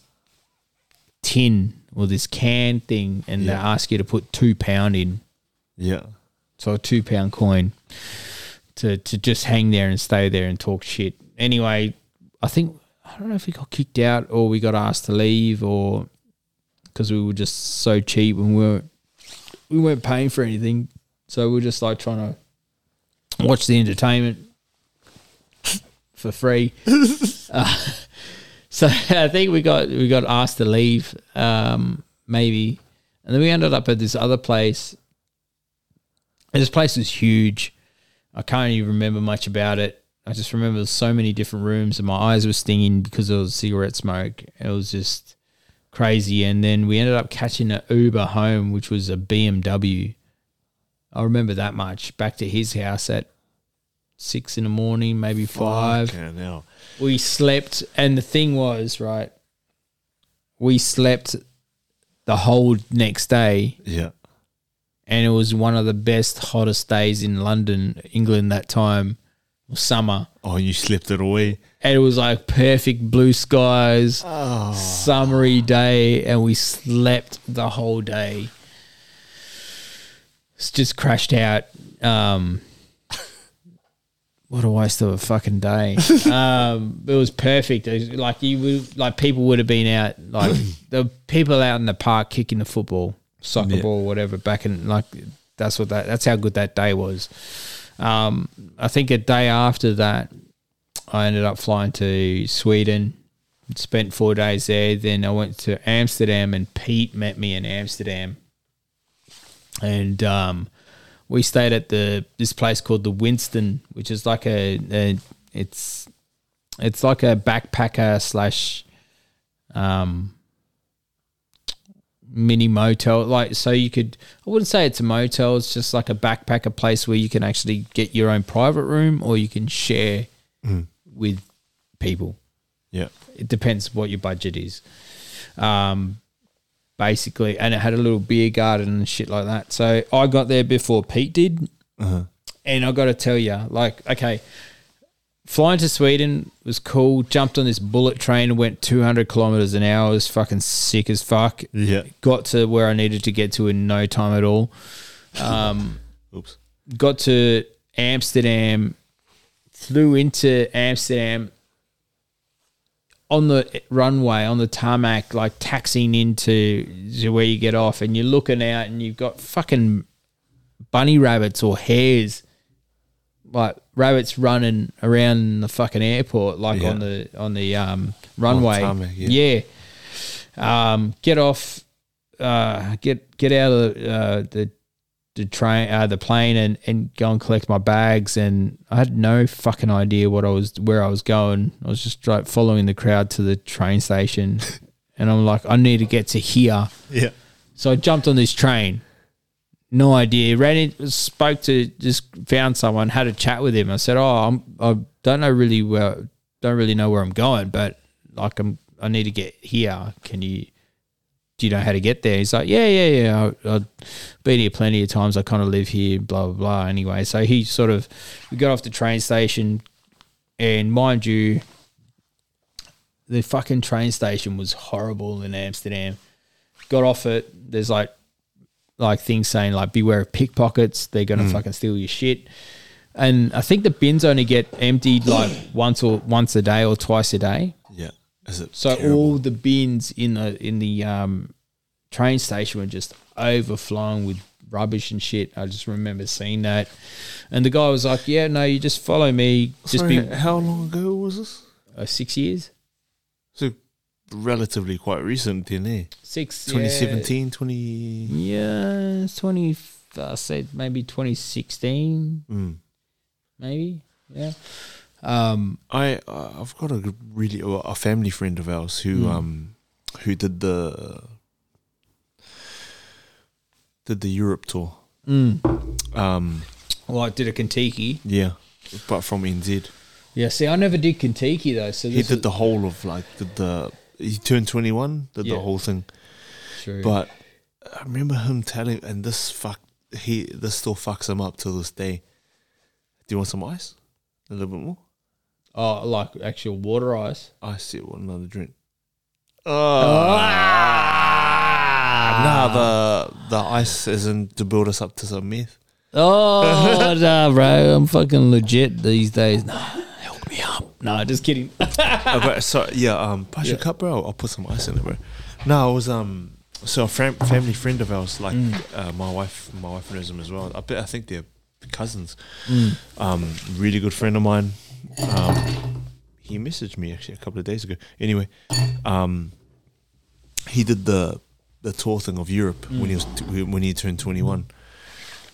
tin or this can thing, and they ask you to put two pound in.
Yeah.
So a two pound coin to to just hang there and stay there and talk shit. Anyway, I think I don't know if we got kicked out or we got asked to leave or because we were just so cheap and we weren't we weren't paying for anything. So we were just like trying to watch the entertainment for free. Uh, so I think we got we got asked to leave, um, maybe, and then we ended up at this other place. And this place was huge. I can't even remember much about it. I just remember there's so many different rooms, and my eyes were stinging because there was cigarette smoke. It was just crazy. And then we ended up catching an Uber home, which was a BMW. I remember that much. Back to his house at six in the morning, maybe five.
Fucking hell.
We slept, and the thing was, right, we slept the whole next day,
Yeah.
and it was one of the best, hottest days in London, England that time, summer.
Oh, you slipped it away.
And it was like perfect blue skies,
Oh,
summery day, and we slept the whole day. It's just crashed out. Um, what a waste of a fucking day. um, it was perfect. It was like you would, like people would have been out, like the people out in the park kicking the football, soccer
Yeah.
ball, whatever. Back in like that's what that that's how good that day was. Um, I think a day after that, I ended up flying to Sweden. Spent four days there. Then I went to Amsterdam, and Pete met me in Amsterdam, and um, we stayed at the this place called the Winston, which is like a, a it's it's like a backpacker slash um, mini motel. Like, so you could, I wouldn't say it's a motel, it's just like a backpacker place where you can actually get your own private room or you can share with people.
yeah.
It depends what your budget is. Um, basically, and it had a little beer garden and shit like that. So I got there before Pete did. And I got to tell you, like, okay, flying to Sweden was cool. Jumped on this bullet train and went 200 kilometers an hour. It was fucking sick as fuck
Yeah.
got to where I needed to get to in no time at all. Um,
Oops.
got to Amsterdam, flew into Amsterdam on the runway, on the tarmac, like taxiing into to where you get off, and you're looking out and you've got fucking bunny rabbits or hares, like rabbits running around the fucking airport, like
Yeah.
on the on the um, runway.
tarmac,
yeah. Um, get off. Uh, get get out of uh, the the train, uh, the plane, and and go and collect my bags. And I had no fucking idea what I was, where I was going. I was just like following the crowd to the train station, and I'm like, I need to get to here.
Yeah.
So I jumped on this train. No idea. Ran in, spoke to, just found someone, had a chat with him. I said, "Oh, I'm, I don't know really where, don't really know where I'm going, but like I'm, I need to get here. Can you, do you know how to get there?" He's like, "Yeah, yeah, yeah. I, I've been here plenty of times. I kind of live here. Blah blah blah." Anyway, so he sort of, we got off the train station, and mind you, the fucking train station was horrible in Amsterdam got off it. There's like like things saying like beware of pickpockets. They're
Hmm.
gonna fucking steal your shit. And I think the bins only get emptied like once or once a day or twice a day.
Yeah. Is it
So
terrible?
all the bins in the in the um, train station were just overflowing with rubbish and shit. I just remember seeing that. And the guy was like, "Yeah, no, you just follow me. Just
Sorry,
be
how long ago was this?
uh, six years,
So relatively quite recent, then, eh?
six yeah.
2017, 20.
Yeah, it's twenty. I said maybe twenty sixteen.
Mm.
maybe. Yeah. Um.
I uh, I've got a g- really well, a family friend of ours who
Hmm.
um who did the did the Europe tour.
Hmm.
Um
Well, I did a Kentucky.
yeah, but from NZ.
Yeah. See, I never did Kentucky though. So
He
this
did
is
the whole of like did the he turned 21, did
Yeah.
the whole thing.
true.
But I remember him telling and this fuck he this still fucks him up to this day. Do you want some ice? A little bit more?
oh, like actual water ice.
I see want another drink. Uh, Ah. Nah, the the ice isn't to build us up to some myth.
Oh, nah, bro. I'm fucking legit these days. Nah, help me up. Nah, just kidding.
Uh, but so yeah, um, Pasha Cup, bro. I'll put some ice in it, bro. No, I was um, so a fam- family friend of ours, like uh, my wife, my wife knows him as well. I bet I think they're cousins. Um, really good friend of mine. Um, he messaged me actually a couple of days ago. Anyway, um, he did the the tour thing of Europe when he was t- when he turned twenty one,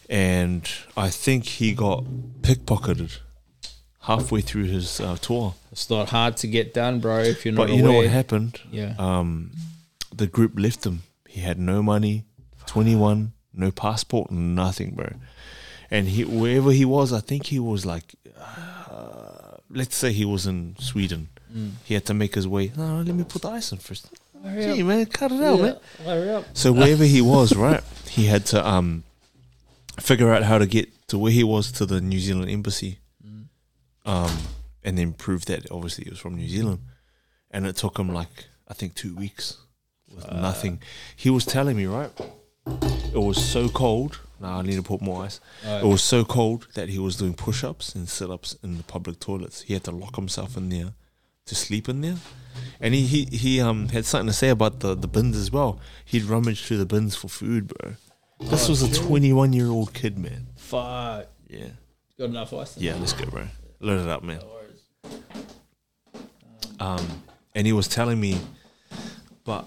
and I think he got pickpocketed halfway through his uh, tour.
It's not hard to get done, bro, if you're not
But you know what
aware.
happened?
Yeah.
um, the group left him. He had no money, 21, no passport, nothing, bro. And he, wherever he was, I think he was like, uh, let's say he was in Sweden.
Mm.
He had to make his way. No, no, let me put the ice in first.
Hurry
Gee,
up.
man, cut it out, man.
Yeah, Hurry up.
So wherever he was, right, he had to um, figure out how to get to where he was to the New Zealand embassy, um, and then prove that obviously he was from New Zealand. And it took him like I think two weeks with nothing. He was telling me right, it was so cold. Now I need to put more ice. It was so cold that he was doing push-ups and sit-ups in the public toilets. He had to lock himself in there to sleep in there. And he, he, he um had something to say about the, the bins as well. He'd rummaged through the bins for food, bro. This was a 21 year old kid, man.
Fuck.
Yeah.
Got enough ice?
Yeah, let's go, bro. Load it up, man. Um, and he was telling me, but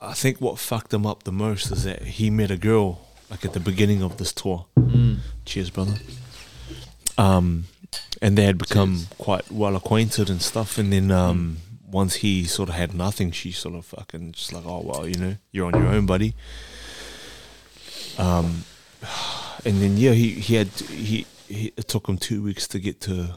I think what fucked him up the most is that he met a girl like at the beginning of this tour. Cheers, brother. Um, and they had become quite well acquainted and stuff. And then um, once he sort of had nothing, she sort of fucking just like, oh well, you know, you're on your own, buddy. Um, and then yeah, he he had he, he it took him two weeks to get to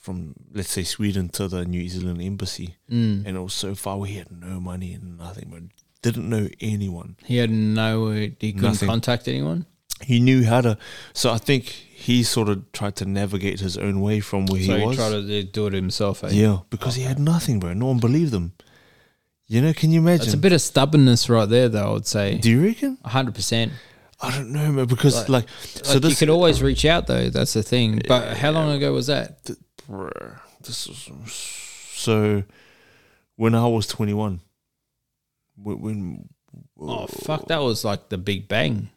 from let's say Sweden to the New Zealand embassy,
Mm.
and it was so far away. He had no money and nothing, but didn't know anyone.
He had no. He couldn't
Nothing.
contact anyone.
He knew how to, so I think he sort of tried to navigate his own way from where
so
he
he
was.
tried to do it himself. Eh?
yeah, because he had nothing, bro. No one believed him. You know? Can you imagine?
It's a bit of stubbornness right there, though. I would say.
Do you reckon?
hundred percent.
I don't know, man. Because
Like-
like,
So
so this
you could always reach out though. That's the thing. But how long ago was that?
th- bruh, this is so. When I was twenty one, when, when
Oh fuck! That was like the Big Bang.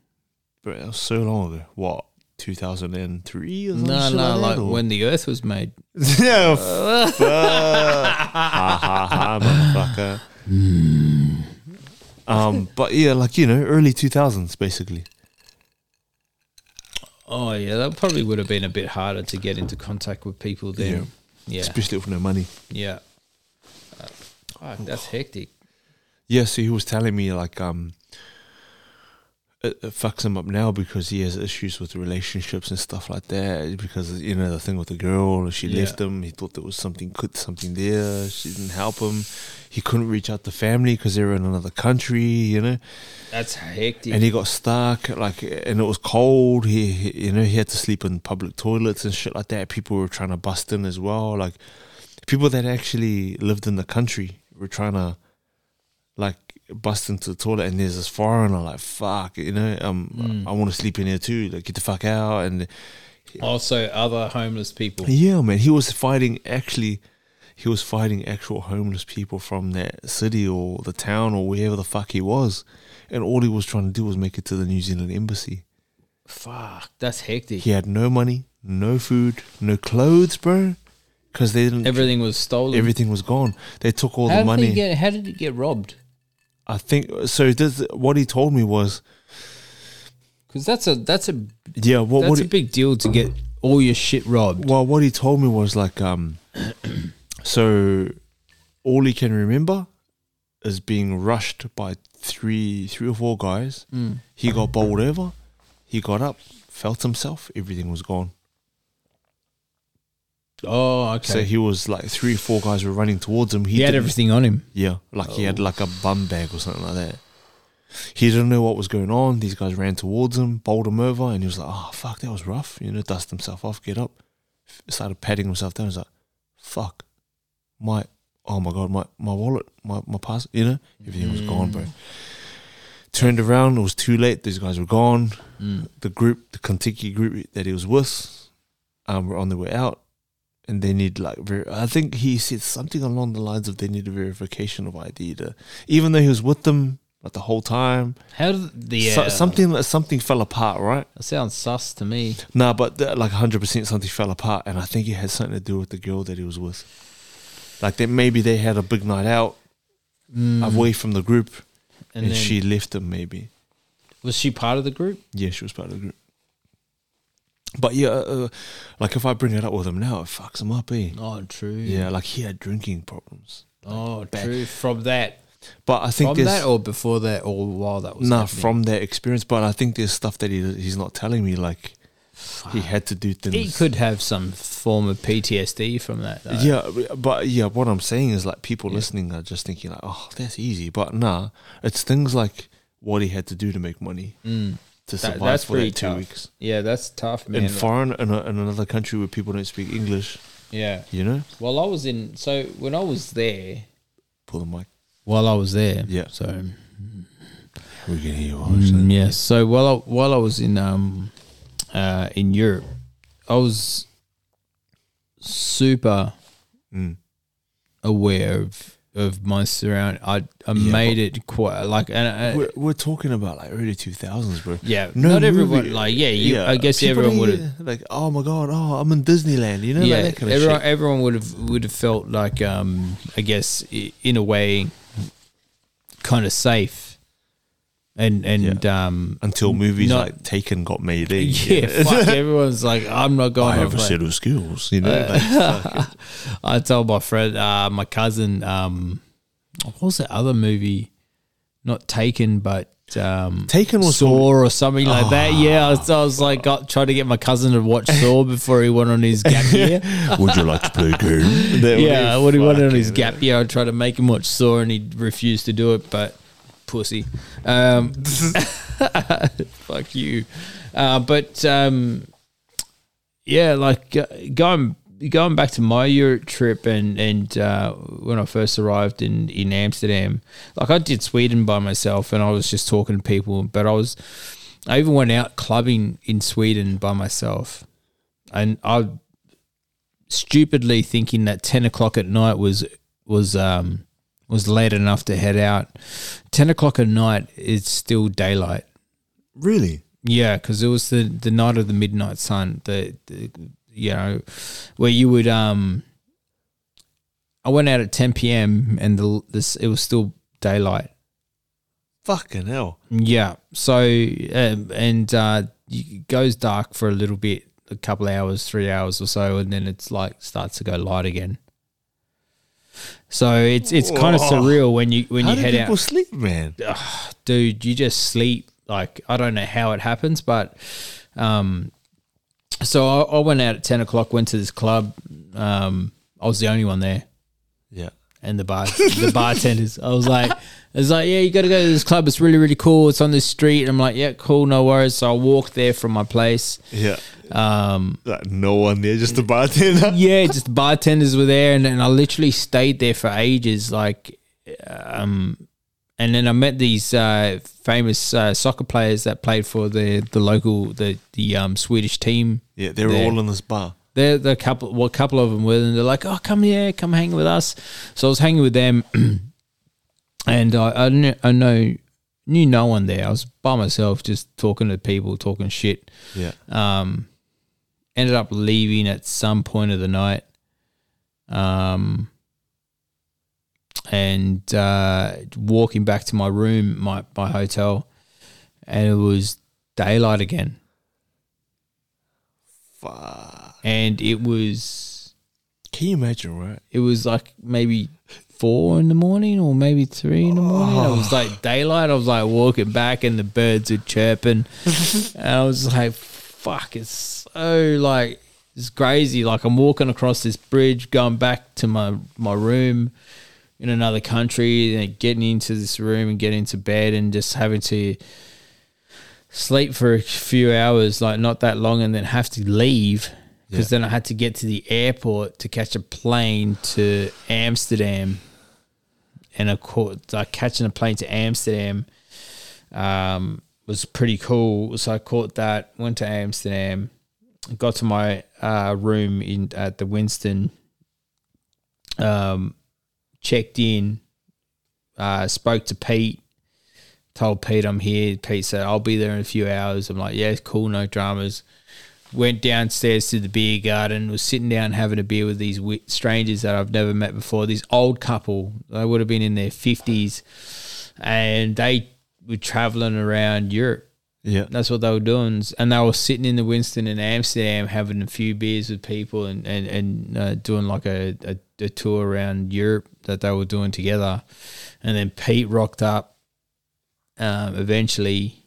bruh, that was so long ago. What two thousand and three?
No, no, like when the Earth was made.
yeah, fuck. ha ha ha, motherfucker.
Hmm.
Um, but yeah, like you know, early two thousands, basically.
Oh yeah, that probably would have been a bit harder to get into contact with people then. Yeah, yeah.
Especially with no money.
Uh, fuck, that's hectic.
Yeah, so he was telling me like um it, it fucks him up now because he has issues with relationships and stuff like that. Because you know the thing with the girl, she
Yeah.
left him. He thought there was something good, something there. She didn't help him. He couldn't reach out to family because they were in another country. You know,
That's hectic.
and he got stuck. Like, and it was cold. He, he- you know, he had to sleep in public toilets and shit like that. People were trying to bust in as well. Like, people that actually lived in the country were trying to like bust into the toilet and there's this foreigner like fuck you know um i want to sleep in here too like get the fuck out and
also, other homeless people.
yeah man he was fighting actually he was fighting actual homeless people from that city or the town or wherever the fuck he was and all he was trying to do was make it to the new zealand embassy
Fuck, that's hectic.
he had no money no food no clothes bro because they didn't
Everything was stolen.
everything was gone they took all
how
the money
Did he get, how did he get robbed?
I think so. This, what he told me was,
Because that's a that's a
yeah. What, what
that's a
he,
big deal to get all your shit robbed.
well, what he told me was like, um, so all he can remember is being rushed by three, three or four guys.
Mm.
He got bowled over. He got up, felt himself. Everything was gone.
Oh,
So
okay.
he was like three, or four guys were running towards him.
he had
didn't-
everything on him.
Yeah, like he had like a bum bag or something like that. He didn't know what was going on. These guys ran towards him, bowled him over, and he was like, "Oh fuck, that was rough." You know, dust himself off, get up, F- started patting himself down. He's like, "Fuck, my oh my god, my my wallet, my my pass." You know, everything was gone, bro. turned around. It was too late. These guys were gone.
Mm.
The group, the Kentucky group that he was with, um, were on their way out, and they need like. Ver- I think he said something along the lines of they need a verification of ID. To, even though he was with them like the whole time,
How did the uh,
so- something something fell apart, right?
That sounds sus to me.
Nah, but th- like hundred percent something fell apart, and I think it had something to do with the girl that he was with. Like that, maybe they had a big night out away from the group,
And,
and,
then,
she left them. Maybe,
was she part of the group?
yeah, she was part of the group. But yeah, uh, uh, like if I bring it up with him now, it fucks him up, eh?
Oh, true.
Yeah, like he had drinking problems.
Oh,
Back-
true. From that,
But I think
from
there's
that, or before that, or while that was
nah
happening?
from that experience. But I think there's stuff that he he's not telling me. Like he had to do things.
He could have some form of PTSD from that. Though.
Yeah, but- but yeah, what I'm saying is like people
Yeah.
listening are just thinking like, oh, that's easy, but nah, it's things like what he had to do to make money
Mm.
to
That-
survive
that's
for
pretty
that two
tough,
weeks
yeah, that's tough, man.
in foreign in, a, in another country where people don't speak English.
yeah.
You know,
Well, I was in. So when I was there,
pull the mic.
while I was there,
Yeah.
So
We can hear you.
Mm, yes. So while I, while I was in um uh in Europe, I was super
Mm.
aware of of my surround. I
Yeah,
I made it quite like and. I,
We're, we're talking about like early 2000s, bro.
yeah,
No
not everyone
movie.
like yeah. You, I guess
people
everyone would have
don't- like, oh my god, oh, I'm in Disneyland. You know, yeah,
yeah,
like that kind of
everyone,
shit.
everyone would have would have felt like, um, I guess, i- in a way, kind of safe, and and um,
Until movies
not-
like Taken got made. Eh?
yeah, fuck, everyone's like, I'm not going.
I
to
have a
play."
set of skills. You know,
Uh,
like, fuck it.
I told my friend, uh, my cousin, um, what was that other movie? Not Taken, but um,
Taken was Ah.
Saw or something like that. Yeah, I was, I was like, got, trying to get my cousin to watch Saw before he went on his gap year.
Would you like to play a game?
yeah, what he wanted on his gap year. I tried to make him watch Saw, and he refused to do it. But pussy, um, fuck you. Uh, but um, yeah, like uh, going going back to my Europe trip, and and uh, when I first arrived in in Amsterdam, like I did Sweden by myself, and I was just talking to people. But I was, I even went out clubbing in Sweden by myself, and I stupidly thinking that ten o'clock at night was was um was late enough to head out. Ten o'clock at night is still daylight.
Really?
Yeah, because it was the the night of the midnight sun. The, the you know where you would um. I went out at ten p.m. and the this it was still daylight.
Fucking hell.
Yeah. So um, and uh, it goes dark for a little bit, a couple of hours, three hours or so, and then it's like starts to go light again. So it's it's kind of
Woah.
surreal when you when
How
you
do
head
people
out,
sleep, man?
dude. You just sleep like I don't know how it happens, but um, so I, I went out at ten o'clock, went to this club. Um, I was the only one there
Yeah.
and the bar the bartenders. I was like, it's like, yeah, you got to go to this club. It's really really cool. It's on this street. And I'm like, yeah, cool, no worries. So I walked there from my place.
Yeah.
Um,
Like no one there, just the bartender.
yeah, just the bartenders were there, and, and I literally stayed there for ages. Like, um, and then I met these uh, famous uh, soccer players that played for the the local the the um, Swedish team.
Yeah, they were
Yeah.
all in this bar.
They're the couple, well, a couple of them were, and they're like, "Oh, come here, come hang with us." So I was hanging with them, and I, I knew, I know knew no one there. I was by myself, just talking to people, talking shit.
Yeah.
Um, ended up leaving at some point of the night. Um, and uh, walking back to my room, my my hotel, and it was daylight again
Fuck.
and it was
Can you imagine, right?
it was like maybe four in the morning or maybe three in the morning. I was like daylight. I was like walking back, and the birds are chirping, and I was like, "Fuck!" It's so like it's crazy. Like I'm walking across this bridge, going back to my my room in another country, and getting into this room and getting to bed, and just having to sleep for a few hours, like not that long, and then have to leave because then I had to get to the airport to catch a plane to Amsterdam. And of course, like catching a plane to Amsterdam, um, was pretty cool. So I caught that, went to Amsterdam, got to my uh, room in at the Winston, um, checked in, uh, spoke to Pete, told Pete I'm here. Pete said I'll be there in a few hours. I'm like, yeah, cool, no dramas. Went downstairs to the beer garden. Was sitting down having a beer with these wi- strangers that I've never met before. This old couple, they would have been in their fifties, and they were traveling around Europe.
Yeah.
That's what they were doing. And they were sitting in the Winston in Amsterdam having a few beers with people and, and, and uh, doing like a, a, a tour around Europe that they were doing together. And then Pete rocked up um, eventually.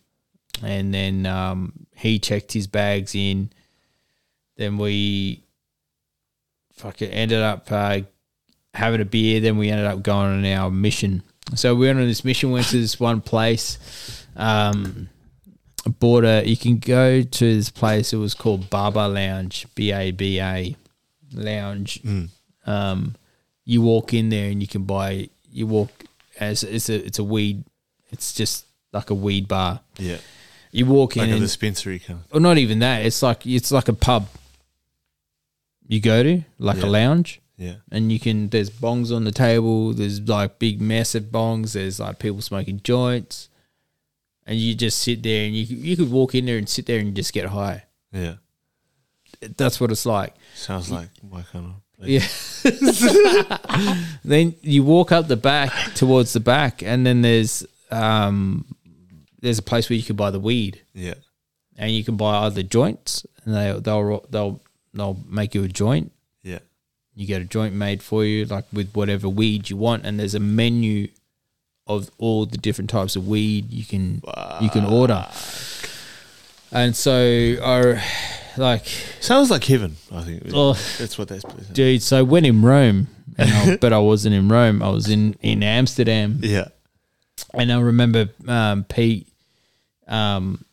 And then um, he checked his bags in. Then we fucking ended up uh, having a beer. Then we ended up going on our mission. So we went on this mission, went to this one place. Um, border. You can go to this place. It was called Baba Lounge, B A B A Lounge.
Hmm.
Um, you walk in there and you can buy. You walk as it's a it's a weed. It's just like a weed bar.
Yeah.
You walk in,
Like a
and,
dispensary kind of.
or not even that. It's like it's like a pub. You go to like
Yeah.
a lounge.
Yeah.
And you can there's bongs on the table. There's like big massive bongs. There's like people smoking joints, and you just sit there and you you could walk in there and sit there and just get high.
Yeah.
That's what it's like.
Sounds like my kind of place.
Yeah. then you walk up the back towards the back, and then there's um there's a place where you can buy the weed,
Yeah.
and you can buy either joints, and they they'll they'll they'll make you a joint.
Yeah.
You get a joint made for you, like with whatever weed you want, and there's a menu of all the different types of weed you can you can order. And so, I like
Sounds like heaven, I think.
Oh.
That's what that's place is.
dude. So when in Rome, and I, but I wasn't in Rome. I was in in Amsterdam,
Yeah.
and I remember um, Pete um,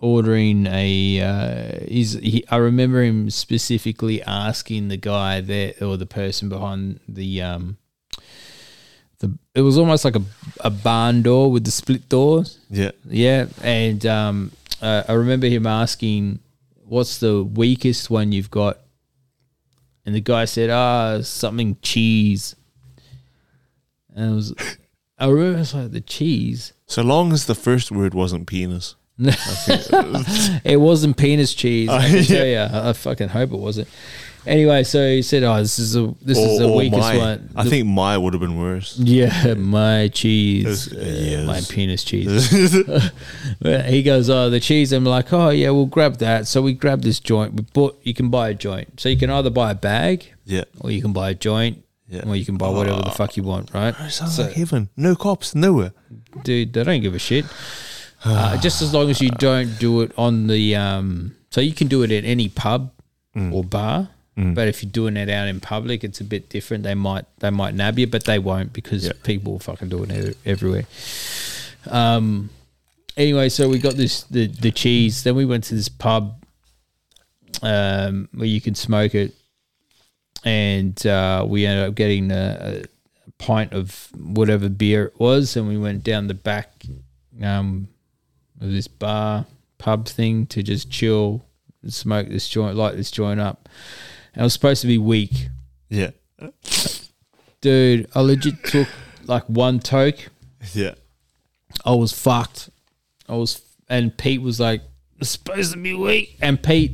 ordering a. Uh, he's, he, I remember him specifically asking the guy there or the person behind the. Um, the, it was almost like a, a barn door with the split doors.
Yeah.
Yeah, and um, uh, I remember him asking, "What's the weakest one you've got?" And the guy said, "Ah, something cheese." And it was, I remember it's like the cheese.
So long as the first word wasn't penis.
It wasn't penis cheese. I can tell you. I, I fucking hope it wasn't. Anyway, so he said, "Oh, this is a this is the weakest
my.
one."
I think my would have been worse.
Yeah, my cheese.
was-
uh,
yeah, it
my
was-
penis cheese. he goes, Oh, the cheese. I'm like, Oh, yeah, we'll grab that. So we grab this joint. We bought, you can buy a joint. So you can either buy a bag
yeah.
or you can buy a joint
Yeah.
or you can buy whatever the fuck you want, right?
Sounds like heaven. No cops, nowhere.
Dude, they don't give a shit. Uh, just as long as you don't do it on the. Um, so you can do it at any pub or bar. But if you're doing it out in public, it's a bit different. They might they might nab you, but they won't because people fucking do it ev- everywhere. Um. Anyway, so we got this the the cheese. Then we went to this pub, um, where you can smoke it, and uh, we ended up getting a, a pint of whatever beer it was, and we went down the back um, of this bar pub thing to just chill, and smoke this joint, light this joint up. And it was supposed to be weak,
Yeah.
dude. I legit took like one toke.
Yeah.
I was fucked. I was, and Pete was like, "It's supposed to be weak." And Pete,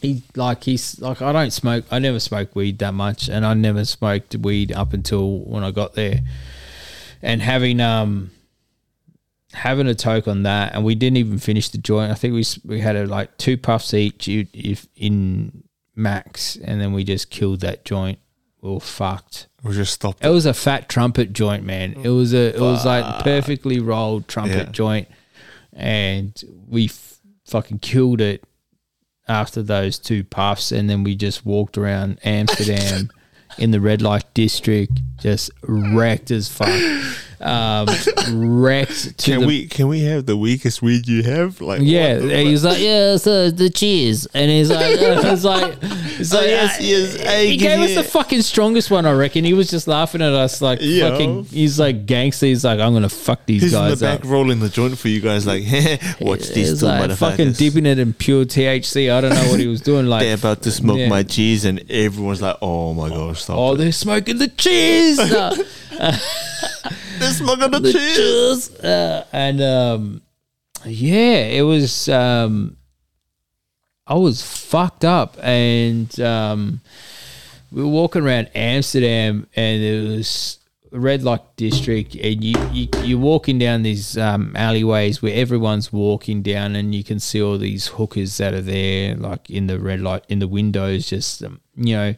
he like he's like, I don't smoke. I never smoked weed that much, and I never smoked weed up until when I got there. And having um, having a toke on that, and we didn't even finish the joint. I think we s- we had a, like two puffs each, i- if in max, and then we just killed that joint. We were fucked.
We just stopped.
It was a fat trumpet joint, man. It was a it was like perfectly rolled trumpet
Yeah.
joint, and we f- fucking killed it after those two puffs, and then we just walked around Amsterdam in the red light district, just wrecked as fuck. um, wrecked to
Can
the
we can we have the weakest weed you have? Like
yeah,
what the-
and he's like, yeah, so the cheers, and he's like, it's like, it's like,
yes,
uh,
yes, hey,
he
give
gave us
me
the
it.
fucking strongest one, I reckon. He was just laughing at us, like
Yeah.
fucking. He's like gangster. He's like, I'm gonna fuck these
He's in the
guys
back
up.
rolling the joint for you guys. Like watch these
It's
two
like
motherfuckers.
fucking dipping it in pure THC. I don't know what he was doing.
They're
Like,
about to smoke
Yeah.
my cheese, and everyone's like, "Oh my gosh, stop!
oh, they're smoking the cheers. Uh,
they're smoking the,
the
cheese."
cheers. Uh, and um, yeah, it was. Um, I was fucked up, and um, we were walking around Amsterdam, and it was red light district, and you, you you're walking down these um, alleyways where everyone's walking down, and you can see all these hookers that are there, like in the red light in the windows, just um, you know,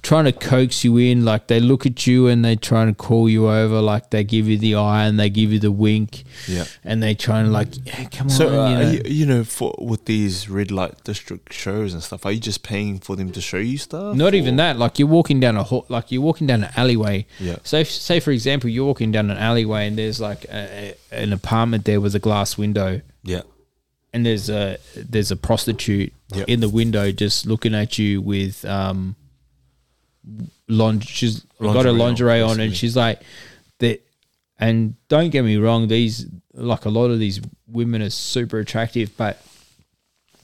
trying to coax you in. Like they look at you and they try and call you over, like they give you the eye and they give you the wink,
Yeah.
and they try and like, yeah, come
So
on, you
uh,
know.
you, you know, for with these red light district shows and stuff, are you just paying for them to show you stuff?
Not e- even that. Like you're walking down a ho- like you're walking down an alleyway.
Yeah.
So if, say for example, you're walking down an alleyway and there's like a, a- an apartment there with a glass window,
Yeah.
and there's a there's a prostitute
Yep.
in the window just looking at you with um, lon- she's got her
Lingerie
lingerie
on,
on, and she's like that. And don't get me wrong, these like a lot of these women are super attractive, but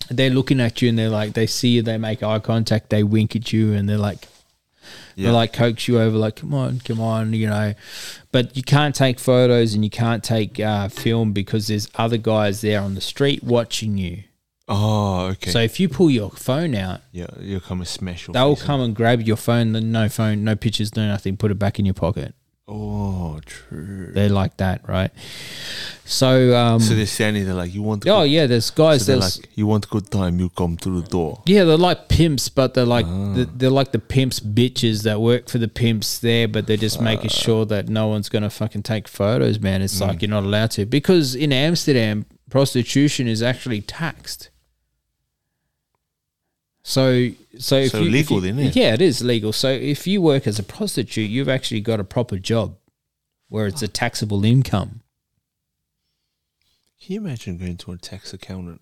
they're looking at you and they're like they see you, they make eye contact, they wink at you, and they're like
Yeah.
they like coax you over, like come on, come on, you know. But you can't take photos and you can't take uh, film because there's other guys there on the street watching you.
Oh, okay.
So if you pull your phone out,
yeah, you'll come and smash your.
they'll
face in.
come and grab your phone. Then no phone, no pictures, no nothing. Put it back in your pocket.
Oh, true.
They're like that, right? So, um,
So they're standing there like, "You want?
oh yeah, there's
So
guys.
they're
there's,
like, you want good time, you come to the door.
Yeah, they're like pimps, but they're like
Ah.
the, they're like the pimps bitches that work for the pimps there, but they're just making
Ah.
sure that no one's gonna fucking take photos, man. It's
Mm.
like you're not allowed to because in Amsterdam, prostitution is actually taxed. So, so if
So
you, if
legal
you-
then, yeah.
yeah, it is legal. So if you work as a prostitute, you've actually got a proper job where it's a
Ah.
taxable income.
Can you imagine going to a tax accountant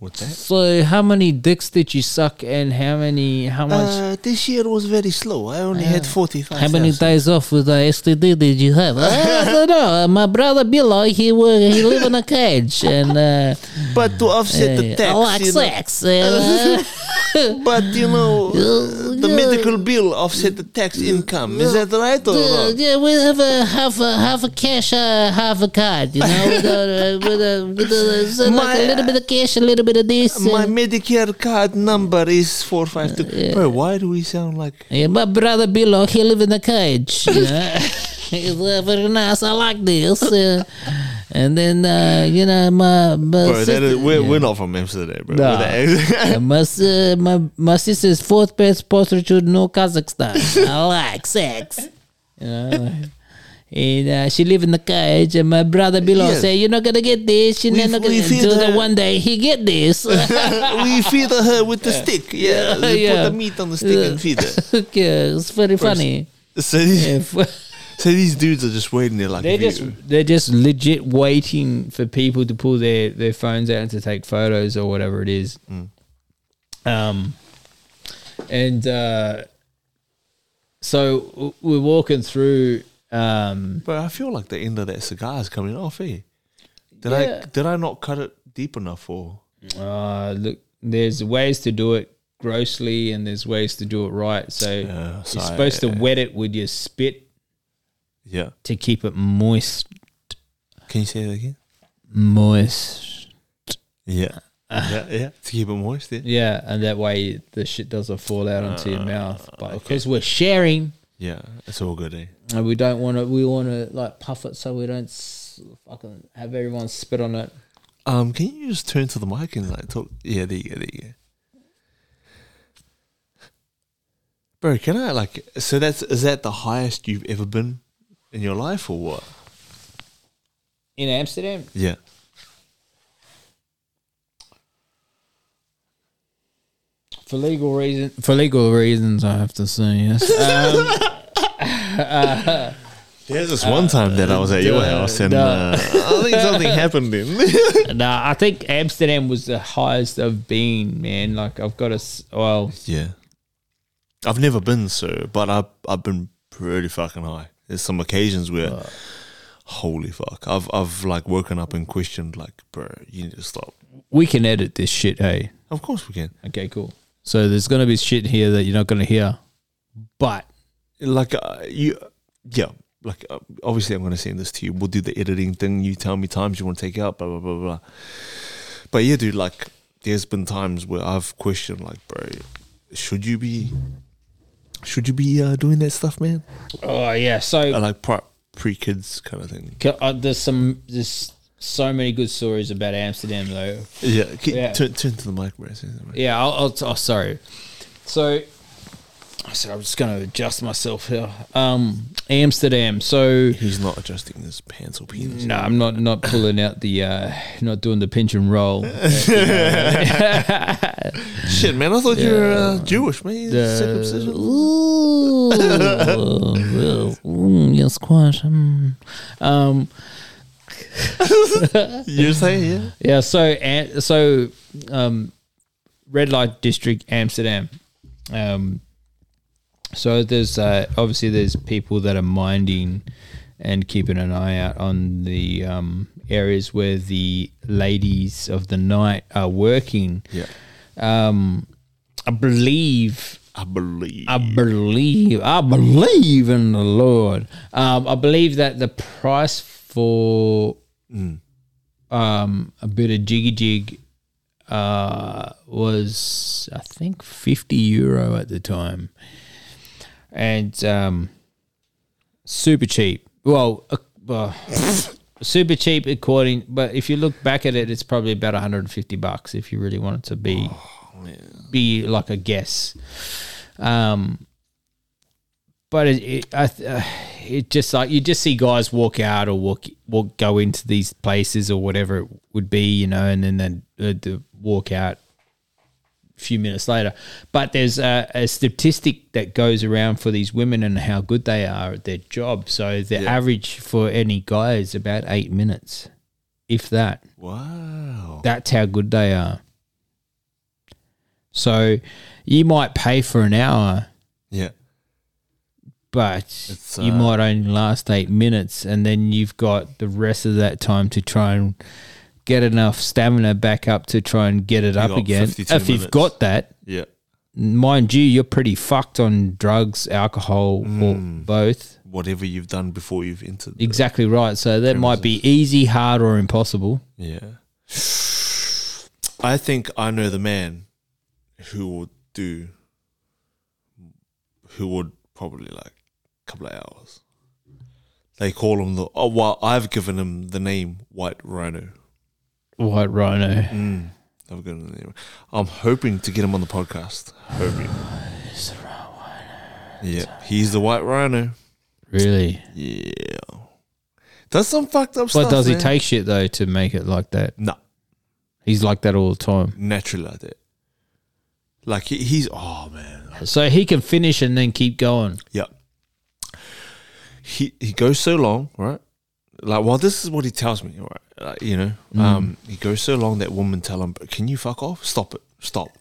with that?
So how many dicks did you suck, and how many how much?
Uh,
Uh,
this year was very slow. I only had 45.
How many days off with the STD did you have? I don't know. Uh, My brother Bilo, he were, he live in a cage and uh,
But to offset
uh, I like sex. Uh,
but you know, uh, the medical bill offset the tax income. Is that right or
Uh,
wrong?
yeah, we have a half a half a cash, uh, half a card. You know, uh, with a with a, with a, uh, so like
My-
a little bit of cash, a little bit of this.
My
and-
Medicare card number is 452. Bro, why do we sound like.
yeah, my brother Bilo, he live in a cage. You know? He's uh, very nice. I like this. Uh, and then uh, you know, my my
Bro, that
sister,
is, we're, we're not from Amsterdam, bro.
Nah.
We're
uh, my, s- uh, my my sister's fourth best prostitute no Kazakhstan. I like sex.
you know,
And uh, she live in the cage, and my brother Bilo
Yes.
say, "You're not gonna get this. You're
We-
not
we
gonna
feed
do that.
her-
One day he get this."
the- we feed her with the stick. Yeah, we
yeah.
put the meat on the stick and feed her.
okay, it's very funny.
So, these-
If,
so these dudes are just waiting there like.
they're
if you-
just they're just legit waiting for people to pull their their phones out and to take photos or whatever it is.
Mm.
Um, and uh, so w- we're walking through. Um,
But I feel like the end of that cigar is coming off, eh? Did
Yeah.
I did I not cut it deep enough or
uh, look, there's ways to do it grossly, and there's ways to do it right. So
Yeah, so
you're
I-
supposed to wet it with your spit
yeah.
to keep it moist.
Can you say that again?
Moist.
Yeah. yeah, yeah. Uh, To keep it moist, yeah.
Yeah, and that way the shit doesn't fall out onto your mouth. But because we're sharing,
Yeah. It's all good, eh?
and we don't want to. We want to like puff it so we don't s- fucking have everyone spit on it.
Um, can you just turn to the mic and like talk yeah, there you go, there you go. Bro, can I like so that's is that the highest you've ever been in your life or what?
In Amsterdam,
Yeah.
for legal reason, Uh, for legal reasons, I have to say yes. Um,
There's this one time that I was at your house and
no.
uh, I think something happened then.
Nah, I think Amsterdam was the highest I've been, man. Like I've got a s- well,
yeah. I've never been so, but I've, I've been pretty fucking high. There's some occasions where, holy fuck, I've, I've like woken up and questioned, like, bro, you need to stop.
we can edit this shit, hey.
Of course we can.
Okay, cool. So there's gonna be shit here that you're not gonna hear, but
like uh, you yeah like uh, obviously i'm going to send this to you we'll do the editing thing you tell me times you want to take out blah blah blah blah but yeah dude like there's been times where i've questioned like bro should you be should you be uh, doing that stuff man
oh yeah. So
uh, like pre, pre-kids kind of thing
c- uh, there's some there's so many good stories about Amsterdam though.
yeah, keep,
Yeah.
Turn, turn to the mic bro Say something.
Yeah, I'll, I'll oh, sorry. So I said I'm just gonna adjust myself here. Um, Amsterdam. So
he's not adjusting his pants or penis
No, I'm not not pulling out the uh not doing the pinch and roll.
shit man i thought you were uh, jewish man circumcision
Ooh. mm, your squash. Mm.
Um
you're saying yeah
yeah, so and so um red light district Amsterdam. Um so there's uh obviously there's people that are minding and keeping an eye out on the um areas where the ladies of the night are working.
yeah
Um I believe
i believe
I believe, I believe in the Lord. Um, I believe that the price for um, a bit of jiggy jig uh, was, I think, 50 euro at the time. And um, super cheap. Well, uh, uh, super cheap according, but if you look back at it, it's probably about 150 bucks if you really want it to be, be like a guess. Um, but it, it, I, th- uh, it just like you just see guys walk out or walk walk go into these places or whatever it would be, you know, and then they uh, the walk out a few minutes later. But there's a, a statistic that goes around for these women and how good they are at their job. So the average for any guy is about eight minutes, if that.
wow
That's how good they are. So you might pay for an hour,
yeah
but
It's,
you
uh,
might only last eight minutes, and then you've got the rest of that time to try and get enough stamina back up to try and get it up
got
again. If
52
you've
minutes.
got that,
yeah
mind you, you're pretty fucked on drugs, alcohol,
Hmm.
or both.
whatever you've done before you've entered. the-
Exactly right. So that might be easy, hard, or impossible.
yeah. I think I know the man who would do, who would probably like a couple of hours. They call him the, oh, well, I've given him the name White Rhino.
White rhino.
Mm. I've given him the name. I'm hoping to get him on the podcast. Hoping. Yeah, he's the White Rhino.
Really?
Yeah. Does some fucked up
But
stuff.
does he
man.
take shit though to make it like that?
No.
He's like that all the time.
naturally like that. Like he, he's oh man,
So he can finish and then keep going.
yeah. He he goes so long, right? Like, well, this is what he tells me, right? Like, you know,
Mm.
um, he goes so long that woman tell him, "Can you fuck off? Stop it, stop."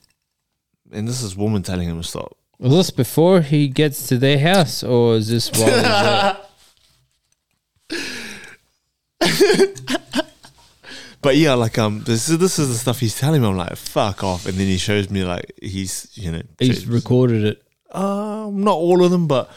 And this is woman telling him to stop.
Was this before he gets to their house, or is this while he's uh, there?
But yeah, like um, this is this is the stuff he's telling me. I'm like, fuck off, and then he shows me like he's you know
he's recorded it?
um not all of them, but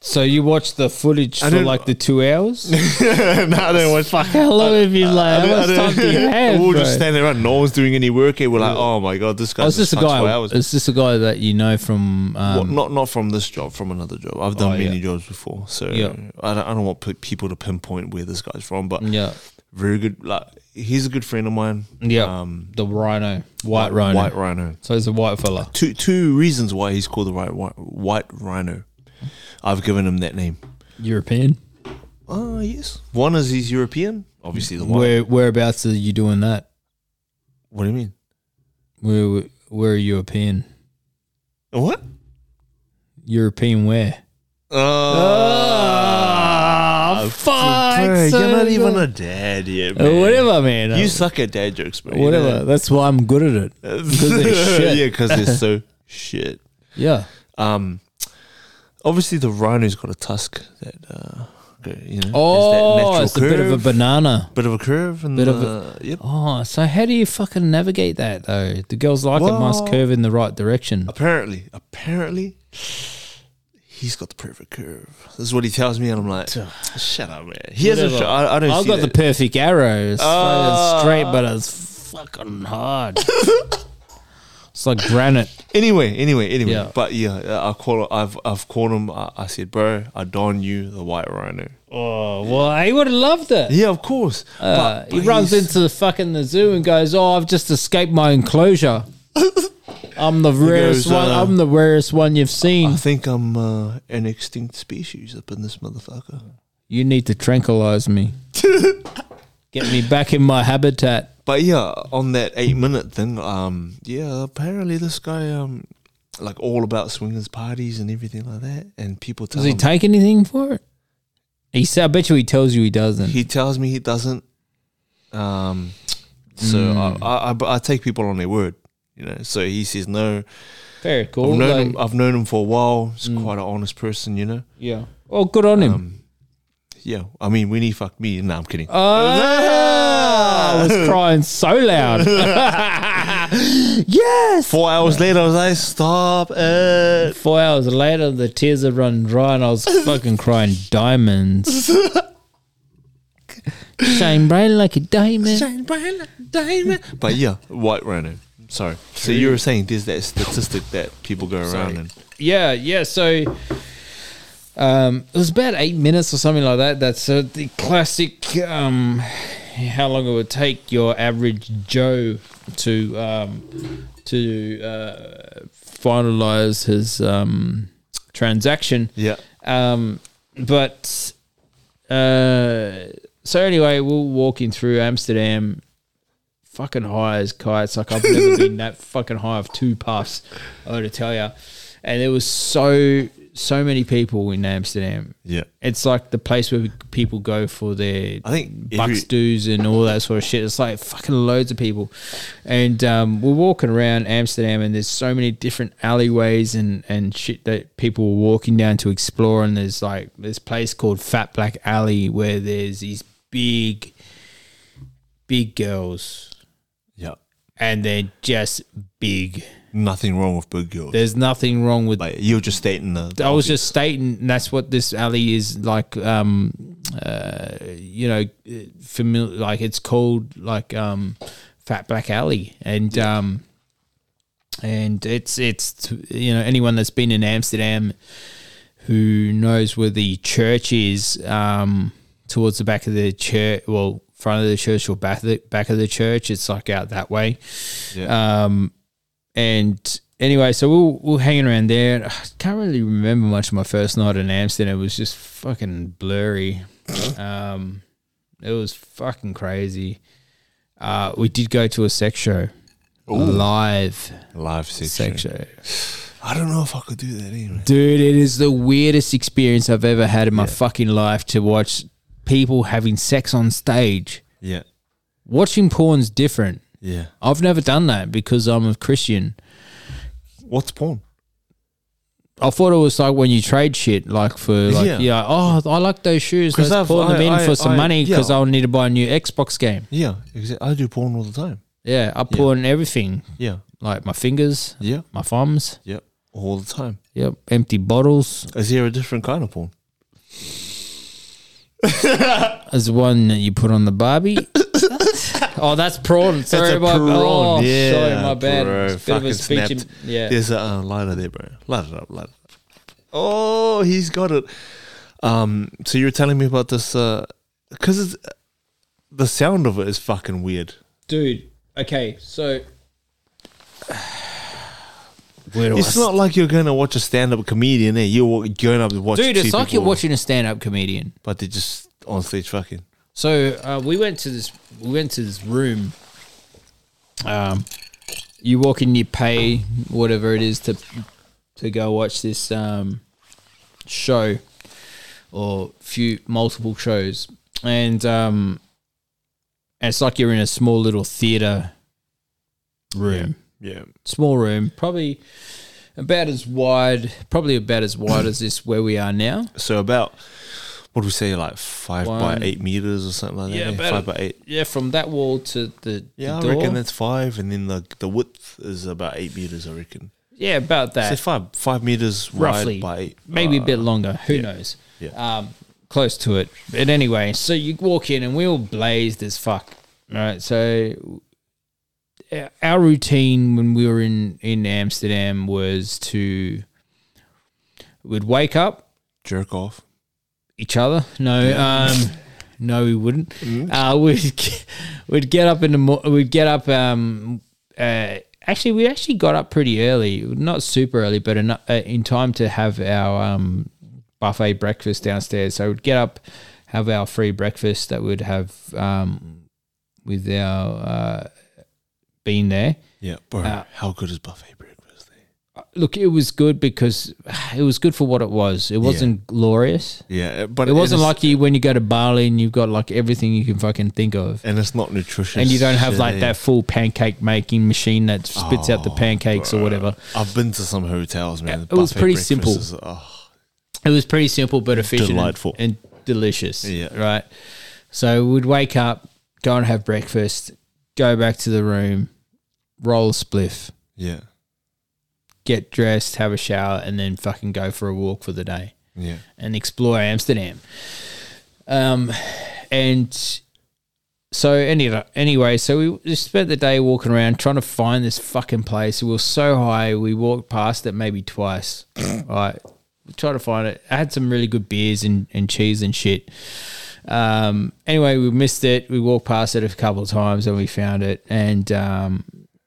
So you watch the footage for
don't-
like the two hours?
no, I don't watch.
Fuck, how long have you like?
I
How
don't- I
much time
don't-
do you have?
We're all
bro?
just standing around. No one's doing any work here. We're like, oh my god, this
Oh,
guy's
is this
just
a
guy.
guy?
Hours.
Is this a guy that you know from?
Well,
Um,
not not from this job, from another job. I've done
Oh,
many
yeah.
jobs before, so
Yeah. Mm.
I don't I don't want p- people to pinpoint where this guy's from. But
yeah,
very good. Like he's a good friend of mine.
yeah.
Um,
the rhino, white rhino.
White rhino.
So he's a white fella.
Two two reasons why he's called the right white, white rhino. I've given him that name.
European.
Oh yes. One is he's European. Obviously the white.
Where whereabouts are you doing that?
What do you mean?
Where where are European?
What? Uh,
European where?
Oh.
Oh, fuck.
Bro,
son
you're not
of
even
a-
a dad yet, man.
Whatever, man.
You suck at dad jokes, bro.
Whatever. That's why I'm good at it.
Because
they're shit.
yeah, because they're so shit.
Yeah.
Um, obviously the rhino's got a tusk that uh, go- you know, has
Oh, it's a bit of a
curve,
banana.
bit of a curve, and
bit
the,
of
yep.
Oh, so how do you fucking navigate that though? The girls like it must
Well-
curve in the right direction.
Apparently, apparently, he's got the perfect curve. This is what he tells me, and I'm like, shut up, man. He hasn't.
Whatever.
sho- I, I don't.
I've
see
got the
that.
perfect arrow. It's
Ah.
fucking straight, but it's fucking hard. it's like granite.
Anyway, anyway, anyway.
Yeah.
But yeah, I call. I've I've called him. I, I said, bro, I don you the white rhino.
Oh well, he would have loved it.
Yeah, of course.
Uh,
but,
he
but
runs
he's-
into the fucking the zoo and goes, "Oh, I've just escaped my enclosure. I'm the rarest
goes,
one.
uh,
I'm the rarest one you've
I
seen.
think I'm uh, an extinct species up in this motherfucker.
You need to tranquilize me. Get me back in my habitat."
But yeah, on that eight minute thing, um, yeah, apparently this guy, um, like all about swingers parties and everything like that, and people tell
Does he
him,
take anything for it? He said, "I bet you he tells you he doesn't."
he tells me he doesn't. Um, so I, I, I, I take people on their word, you know. So he says no.
Very cool.
I've known
like-
him. I've known him for a while. He's quite an honest person, you know.
yeah. Oh, good on him.
Yeah, I mean when he fucked me, no, I'm kidding.
Ah, I was crying so loud. yes.
Four hours later, I was like, stop it.
Four hours later, the tears had run dry, and I was fucking crying diamonds. Shine bright like a diamond.
But yeah, white rhino. Sorry. So you were saying there's that statistic that people go around and
Yeah, yeah. So, um, it was about eight minutes or something like that. That's uh, the classic. Um, how long it would take your average Joe to um, to uh, finalize his um, transaction.
yeah,
Um, but uh, so anyway, we're walking through Amsterdam, fucking high as kites. Like I've never been that fucking high of two puffs. I got to tell you, and there was so so many people in Amsterdam.
yeah.
It's like the place where people go for their
I think
bucks
every-
dues and all that sort of shit. It's like fucking loads of people, and um, we're walking around Amsterdam, and there's so many different alleyways and and shit that people were walking down to explore. And there's like this place called Fat Black Alley where there's these big, big girls,
Yeah.
and they're just big.
Nothing wrong with big girls.
There's nothing wrong with
Like you're just stating the
I was just stating and that's what this alley is like. Um, uh, you know, familiar. Like it's called like um, Fat Black Alley, and um, and it's it's you know anyone that's been in Amsterdam who knows where the church is um, towards the back of the church, well, front of the church or back of the, back of the church. It's like out that way.
Yeah.
Um, and anyway, so we we're, we we're hanging around there. I can't really remember much of my first night in Amsterdam. It was just fucking blurry. um, it was fucking crazy. Uh, we did go to a sex show, a live
live sex.
sex
show.
show.
I don't know if I could do that anyway.
Dude, it is the weirdest experience I've ever had in my fucking life to watch people having sex on stage.
Yeah.
Watching porn's different.
Yeah.
I've never done that because I'm a Christian.
What's porn?
I thought it was like when you trade shit, like for like yeah.
Yeah.
oh, I like those shoes.
'Cause
Let's
I've-
pull them
I-
in
I-
for some
I-
money
yeah.
because I'll need to buy a new Xbox game.
Yeah, exactly. I do porn all the time.
Yeah, I pull in everything,
Yeah.
like my fingers,
Yeah.
my thumbs.
Yeah. All the time.
Yep, empty bottles.
Is there a different kind of porn?
There's one that you put on the Barbie. oh, that's prawn. Sorry,
a
my
prawn.
Oh,
Yeah,
sorry, my bad.
bro,
It's a bit of
fucking
a speech.
snapped.
im- yeah.
There's a uh, lighter there, bro. Light it up, light it up. Oh, he's got it. Um, so you were telling me about this because it's the sound of it is fucking weird.
dude. Okay, so where do
It's
Oh, I
not like you're gonna watch a stand-up comedian. Eh? You're wa- going up to watch.
Dude,
two
it's like you're
people,
watching a stand-up comedian.
but they're just on stage fucking.
So uh, we went to this. We went to this room. Um, you walk in, you pay whatever it is to to go watch this um show or few multiple shows, and um, and it's like you're in a small little theater room,
Yeah.
small room, probably about as wide, probably about as wide as this where we are now.
So about what do we say, like five
One.
by eight meters or something like that?
Yeah,
eh?
about
five by eight.
Yeah, from that wall to the
Yeah, I
the
reckon
door.
that's five, and then the the width is about eight meters. I reckon.
yeah, about that.
So five five meters wide
Roughly.
by eight.
maybe a
uh,
bit longer. Who knows?
Yeah.
Um, close to it. But anyway, so you walk in and we're all blazed as fuck, right? So uh, our routine when we were in in Amsterdam was to we'd wake up
jerk off.
each other. No, um, no, we wouldn't. Uh, we'd g- we'd get up in the mo- we'd get up. Um, uh, actually, we actually got up pretty early, not super early, but in, uh, in time to have our um, buffet breakfast downstairs. So we'd get up, have our free breakfast that we'd have um, with our uh, bean there.
Yeah, bro. how good is buffet breakfast? eh?
Look, it was good because it was good for what it was. It wasn't glorious.
Yeah, but
It wasn't
is-
like you when you go to Bali and you've got like everything you can fucking think of.
and it's not nutritious,
And you don't have
shit,
like
eh?
that full pancake making machine that spits out
Oh,
the pancakes or whatever.
I've been to some hotels, man.
Yeah,
The
it was
buffet
pretty
breakfast
simple.
is- oh,
It was pretty simple but efficient. and-
Delightful.
And, delicious.
Yeah.
Right. So we'd wake up, go and have breakfast, go back to the room, roll a spliff,
yeah,
get dressed, have a shower, and then fucking go for a walk for the day.
yeah.
and explore Amsterdam. Um, and so anyway, anyway, so we just spent the day walking around trying to find this fucking place. We were so high, we walked past it maybe twice. right, try to find it. I had some really good beers and, and cheese and shit. Um, anyway, we missed it. We walked past it a couple of times and we found it and um,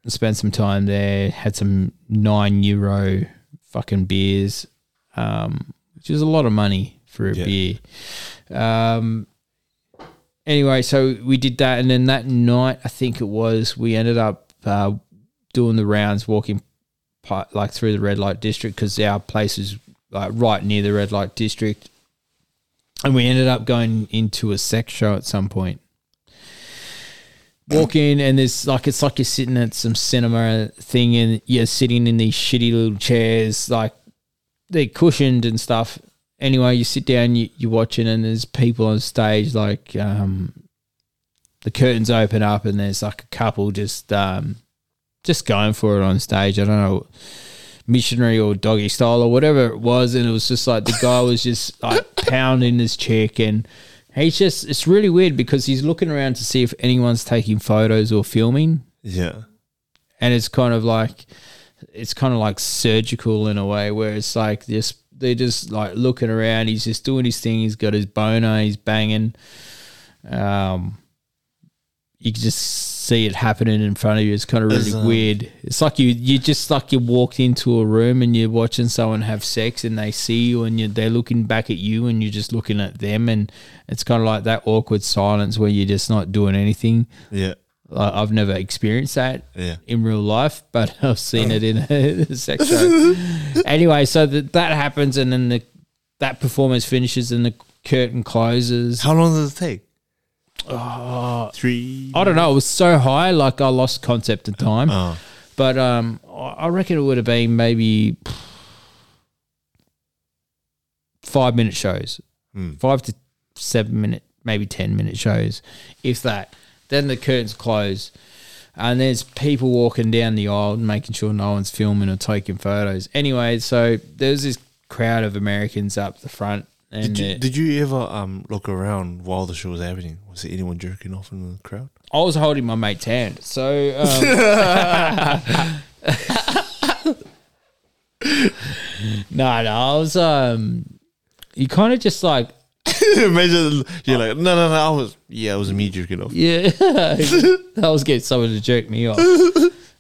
spent some time there. Had some nine euro fucking beers, um, which is a lot of money for a
Yeah.
beer. Um, anyway, so we did that, and then that night, I think it was, we ended up uh, doing the rounds, walking pi- like through the red light district because our place is like right near the red light district, and we ended up going into a sex show at some point. Walk in and there's like it's like you're sitting at some cinema thing and you're sitting in these shitty little chairs like they're cushioned and stuff. Anyway, you sit down, you, you're watching, and there's people on stage. Like um, the curtains open up, and there's like a couple just um, just going for it on stage. I don't know, missionary or doggy style or whatever it was, and it was just like the guy was just like pounding his chick, and he's just it's really weird because he's looking around to see if anyone's taking photos or filming,
Yeah.
and it's kind of like it's kind of like surgical in a way where it's like this they're just like looking around he's just doing his thing he's got his boner he's banging um you can just see it happening in front of you it's kind of really
Is, um,
weird it's like you you just like you walked into a room and you're watching someone have sex and they see you and you, they're looking back at you and you're just looking at them and it's kind of like that awkward silence where you're just not doing anything
Yeah.
like, I've never experienced that
Yeah.
in real life, but I've seen it in a sex show. anyway, so that that happens, and then the that performance finishes, and the curtain closes.
How long does it take?
Uh,
Oh, three.
I don't know. It was so high, like I lost concept of time.
Oh.
But um, I I reckon it would have been maybe five minute shows,
Mm.
five to seven minute, maybe ten minute shows, if that. Then the curtains close, and there's people walking down the aisle, making sure no one's filming or taking photos. Anyway, so there's this crowd of Americans up the front, and
Did you,
uh,
did you ever um look around while the show was happening? Was there anyone jerking off in the crowd?
I was holding my mate's hand, so. Um, no, no, I was. Um, you kind of just like,
Imagine you're like, no, no, no. I was, yeah, it was me jerking off.
yeah. I was getting someone to jerk me off.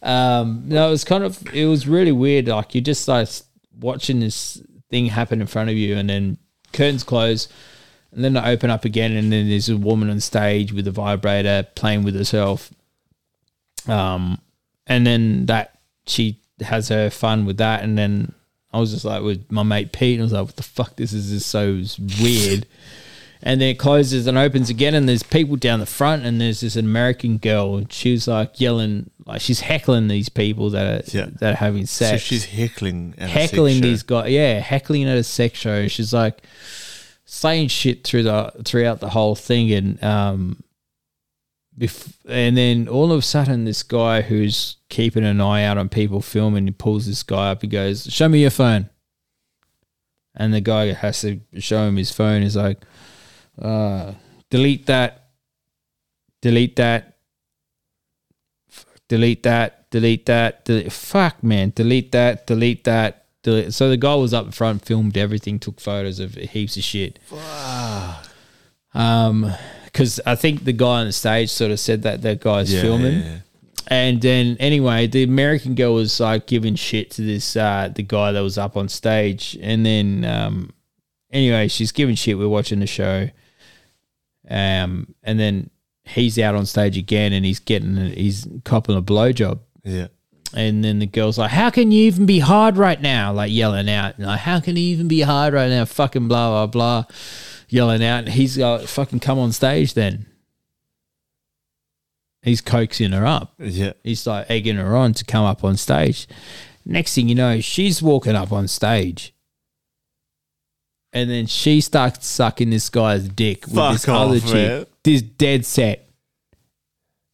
Um, no, it was kind of. It was really weird. Like you just like watching this thing happen in front of you, and then curtains close. And then they open up again, and then there's a woman on stage with a vibrator playing with herself. Um, and then that she has her fun with that, and then I was just like with my mate Pete, and I was like, "What the fuck? This is, just so weird." and then it closes and opens again, and there's people down the front, and there's this American girl, and she was like yelling, like she's heckling these people that are
Yeah.
that are having sex
So she's heckling and
heckling these guys. Yeah, heckling at a sex show. She's like saying shit through the throughout the whole thing, and um, bef- and then all of a sudden, this guy who's keeping an eye out on people filming, he pulls this guy up. He goes, "Show me your phone," and the guy has to show him his phone. He's like, uh, "Delete that, delete that, delete that, delete that, delete, fuck man, delete that, delete that, delete. So the guy was up front, filmed everything, took photos of heaps of shit. Um, because I think the guy on the stage sort of said that that guy's filming. And then anyway, the American girl was like giving shit to this uh the guy that was up on stage. And then um anyway, she's giving shit, we're watching the show. Um and then he's out on stage again and he's getting he's copping a blowjob.
Yeah.
And then the girl's like, How can you even be hard right now? Like yelling out. And like, how can you even be hard right now? Fucking blah, blah, blah. Yelling out. And he's like, Fucking come on stage then. He's coaxing her up.
Yeah.
He's like egging her on to come up on stage. Next thing you know, she's walking up on stage. And then she starts sucking this guy's dick with
Fuck
this
off,
other chick.
man.
This dead set.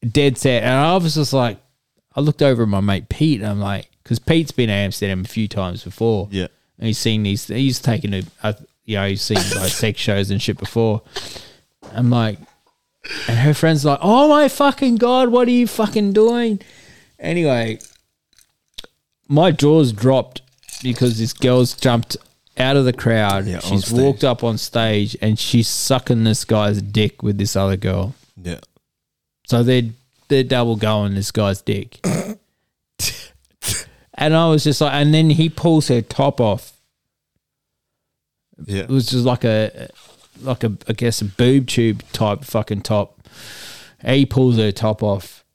Dead set. And I was just like, I looked over at my mate Pete and I'm like, because Pete's been to Amsterdam a few times before.
Yeah.
And he's seen these, he's taken a, a you know, he's seen like sex shows and shit before. I'm like, and her friend's like, oh my fucking God, what are you fucking doing? Anyway, my jaws dropped because this girl's jumped out of the crowd.
Yeah, on
She's
stage.
walked up on stage and she's sucking this guy's dick with this other girl.
Yeah.
So they're they're double going this guy's dick. and I was just like and then he pulls her top off.
Yeah.
It was just like a like a I guess a boob tube type fucking top. And he pulls her top off.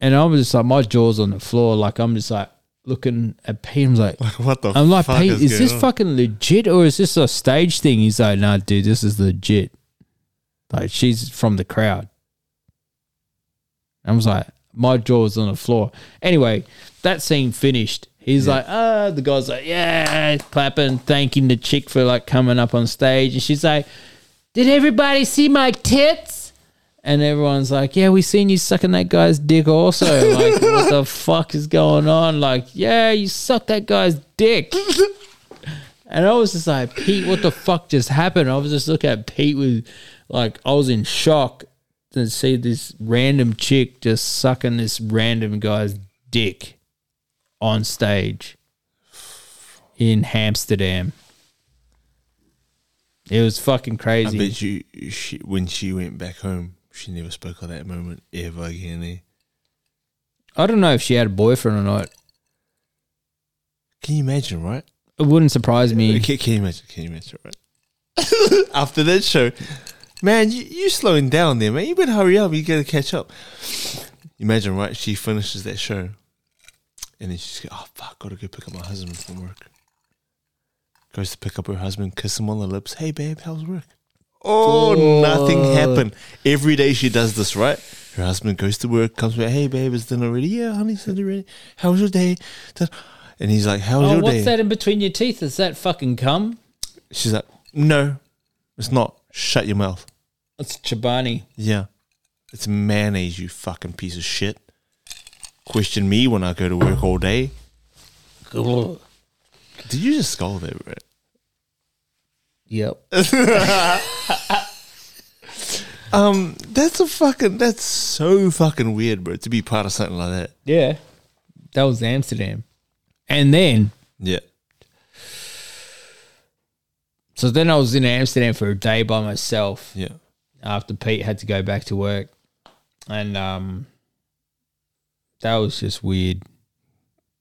And I'm just like my jaw's on the floor, like I'm just like looking at Pete. I'm like
What the
I'm like,
fuck
Pete, is, this
going on?
fucking legit or is this a stage thing? He's like, nah, dude, this is legit. Like, she's from the crowd. I was like, my jaw was on the floor. Anyway, that scene finished. He's like, ah, the guy's like, yeah, clapping, thanking the chick for like coming up on stage. And she's like, did everybody see my tits? And everyone's like, yeah, we seen you sucking that guy's dick also. Like, what the fuck is going on? Like, yeah, you sucked that guy's dick. And I was just like, Pete, what the fuck just happened? I was just looking at Pete with, like, I was in shock to see this random chick just sucking this random guy's dick on stage in Amsterdam. It was fucking
I
crazy.
bet you she, when she went back home, she never spoke of that moment ever again. Eh?
I don't know if she had a boyfriend or not.
Can you imagine, right?
It wouldn't surprise me.
Can, can you imagine? Can you imagine, right? After that show, man, you, you slowing down there, man. You better hurry up. You gotta catch up. Imagine, right? She finishes that show, and then she's like, "Oh fuck, gotta go pick up my husband from work." Goes to pick up her husband, kiss him on the lips. Hey, babe, how's work? Oh, nothing happened. Every day she does this, right? Her husband goes to work, comes back. Hey, babe, is dinner ready? Yeah, honey, it's dinner ready. How was your day? And he's like, "How was
Oh,
your
what's
day?"
that in between your teeth? Is that fucking cum?
She's like, no, it's not. Shut your mouth.
It's Chobani.
Yeah. It's mayonnaise, you fucking piece of shit. Question me when I go to work all day. Did you just scold there, Brett?
Yep.
Um, that's a fucking, that's so fucking weird, bro, to be part of something like that.
Yeah. That was Amsterdam. And then,
Yeah.
so then I was in Amsterdam for a day by myself
Yeah.
after Pete had to go back to work. And um that was just weird.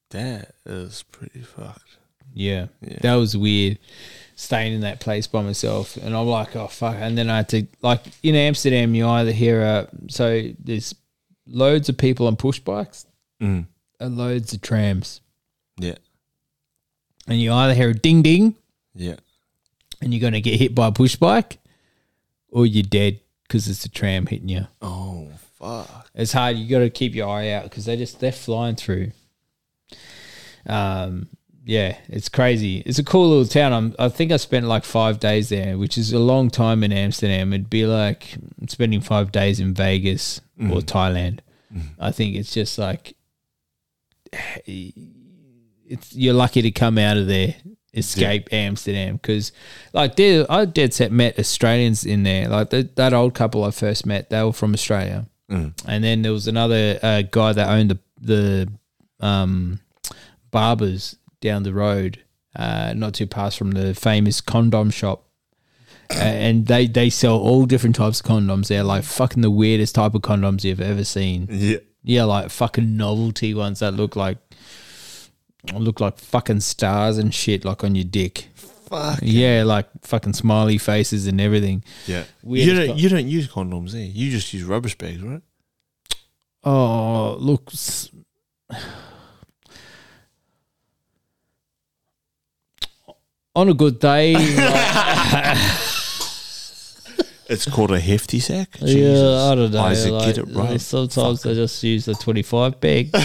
That is pretty fucked.
Yeah. That was weird. Staying in that place by myself. And I'm like, oh fuck. And then I had to like in Amsterdam you either hear a so there's loads of people on push bikes
Mm.
and loads of trams.
Yeah.
and you either hear a ding ding
Yeah.
and you're going to get hit by a push bike or you're dead because it's a tram hitting you.
Oh fuck.
It's hard. You got to keep your eye out because they just they're flying through. Um, yeah, it's crazy. It's a cool little town. I'm, I think I spent like five days there, which is a long time in Amsterdam. It'd be like spending five days in Vegas or Thailand. I think it's just like it's you're lucky to come out of there, escape Amsterdam, because like there, I dead set met Australians in there. Like the, that old couple I first met, they were from Australia, and then there was another uh, guy that owned the the um, barbers down the road, uh, not too past from the famous condom shop. A- And they, they sell all different types of condoms. They're like fucking the weirdest type of condoms you've ever seen.
Yeah.
Yeah, like fucking novelty ones that look like look like fucking stars and shit, like on your dick.
Fuck.
Yeah, like fucking smiley faces and everything.
Yeah.
Weird
you
as
don't
fuck.
you don't use condoms, eh? You just use rubbish bags, right?
Oh, look. s- On a good day, like,
It's called a hefty sack.
yeah, I don't know.
Isaac,
like,
get it right.
Sometimes I just use the twenty-five bag.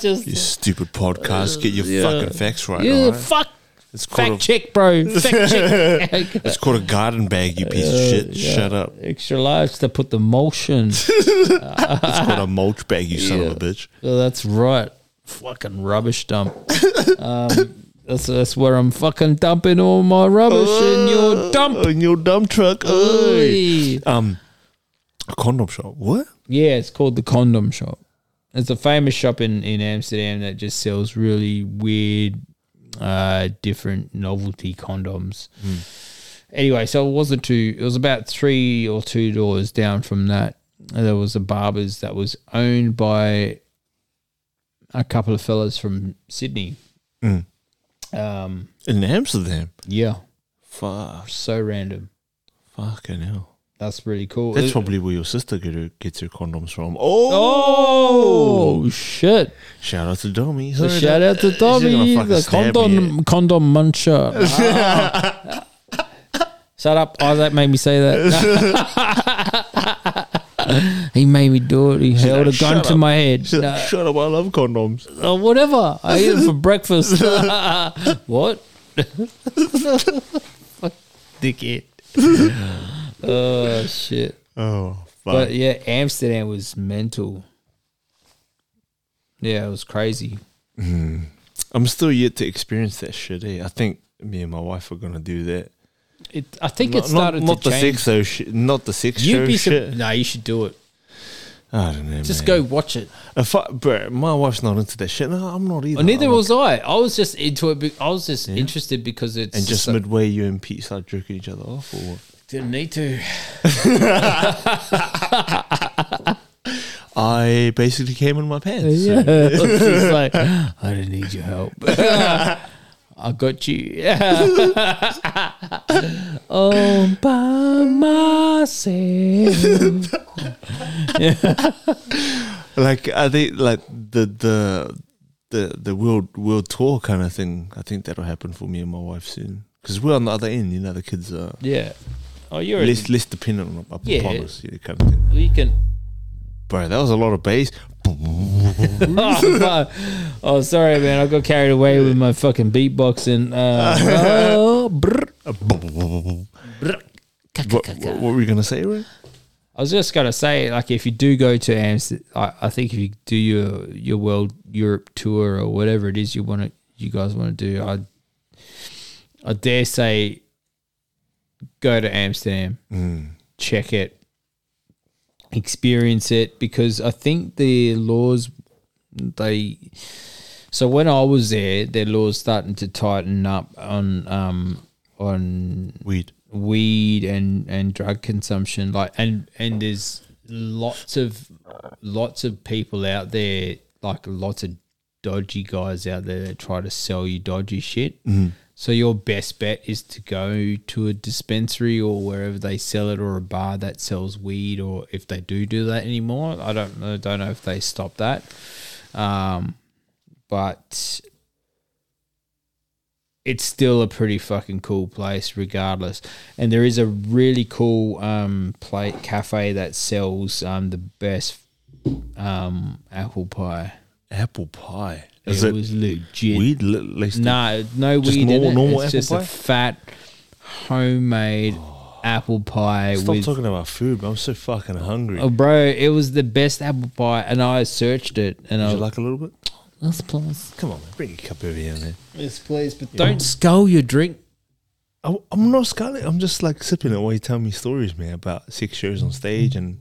just
You stupid podcast. Get your
Yeah.
fucking facts right.
yeah,
alright?
fuck,
It's called
fact
a,
check, bro. Fact check.
it's called a garden bag. You piece of shit. Shut up.
extra large to put the mulch in.
It's called a mulch bag. You son of a bitch.
Oh, that's right. Fucking rubbish dump. um, that's that's where I'm fucking dumping all my rubbish in your dump.
in your dump truck. Oi.
Oi.
Um, a condom shop. What?
Yeah, it's called the Condom Shop. It's a famous shop in, in Amsterdam that just sells really weird, uh, different novelty condoms. Anyway, so it wasn't too. It was about three or two doors down from that. And There was a barber's that was owned by a couple of fellas from Sydney. Um,
In Amsterdam.
yeah,
Fuck.
so random.
Fucking hell.
That's really cool.
That's
It-
probably where your sister get her, gets her condoms from. Oh,
oh shit!
shout out to Domi.
So
Sorry,
shout
Dom.
out to
She's gonna
Tommy,
fucking
the
stab me.
condom condom muncher. Ah. Shut up, Isaac made me say that. he made me do it. He held a
like,
gun
"Shut
to
up."
my head.
She's like, Shut up! I love condoms.
Oh, whatever. I eat it for breakfast. what? Fuck, Dickhead. oh shit.
Oh, fuck.
But yeah, Amsterdam was mental. Yeah, it was crazy.
I'm still yet to experience that shit. Eh? I think me and my wife are gonna do that.
It, I think it
Not, not,
started
not
to
the
change.
sex though. Shit, not the sex show
You'd be
shit.
sur- no, you should do it.
I don't know.
Just
man.
go watch it.
If I, bro, my wife's not into that shit. No, I'm not either.
Well, neither
I'm
was I. I was just into it. be- I was just interested because it's
And just
like,
midway, you and Pete start jerking each other off, or what?
didn't need to.
I basically came in my pants. so-
Yeah, It's just like I didn't need your help. I got you.
Oh,
All by myself.
Like I think, like the the the the world world tour kind of thing. I think that'll happen for me and my wife soon because we're on the other end. You know, the kids are
Yeah. Oh, you're a,
less less dependent on, upon
Yeah.
us. You know, kind of thing.
you can.
Bro, that was a lot of bass.
Oh, no. oh, sorry, man. I got carried away with my fucking beatboxing. Uh, oh, brr.
What, what were we gonna say, right?
I was just gonna say, like, if you do go to Amsterdam, I, I think if you do your your world Europe tour or whatever it is you want to, you guys want to do, I, I dare say, go to Amsterdam, check it, experience it, because I think the laws, they, so when I was there, their laws starting to tighten up on um on
Weed.
weed and and drug consumption like and and there's lots of lots of people out there like lots of dodgy guys out there that try to sell you dodgy shit so your best bet is to go to a dispensary or wherever they sell it or a bar that sells weed or if they do do that anymore i don't know don't know if they stop that um but it's still a pretty fucking cool place, regardless. And there is a really cool um play cafe that sells um the best um apple pie.
Apple pie. Is
it,
it,
was legit.
weed? Li- laced
No, no
Just
weed in
normal-
it.
normal
it's
apple
just a
pie?
fat homemade apple pie
in? Stop
with
talking about food, bro. I'm so fucking hungry.
Oh, bro, it was the best apple pie, and I searched it, and I
Would you
was like,
like a little bit?
That's plus.
Come on, man. Bring your cup over here, man.
"Yes, please," but don't scull your drink.
I, I'm not scarlet. I'm just like sipping it while you tell me stories, man, about six shows on stage and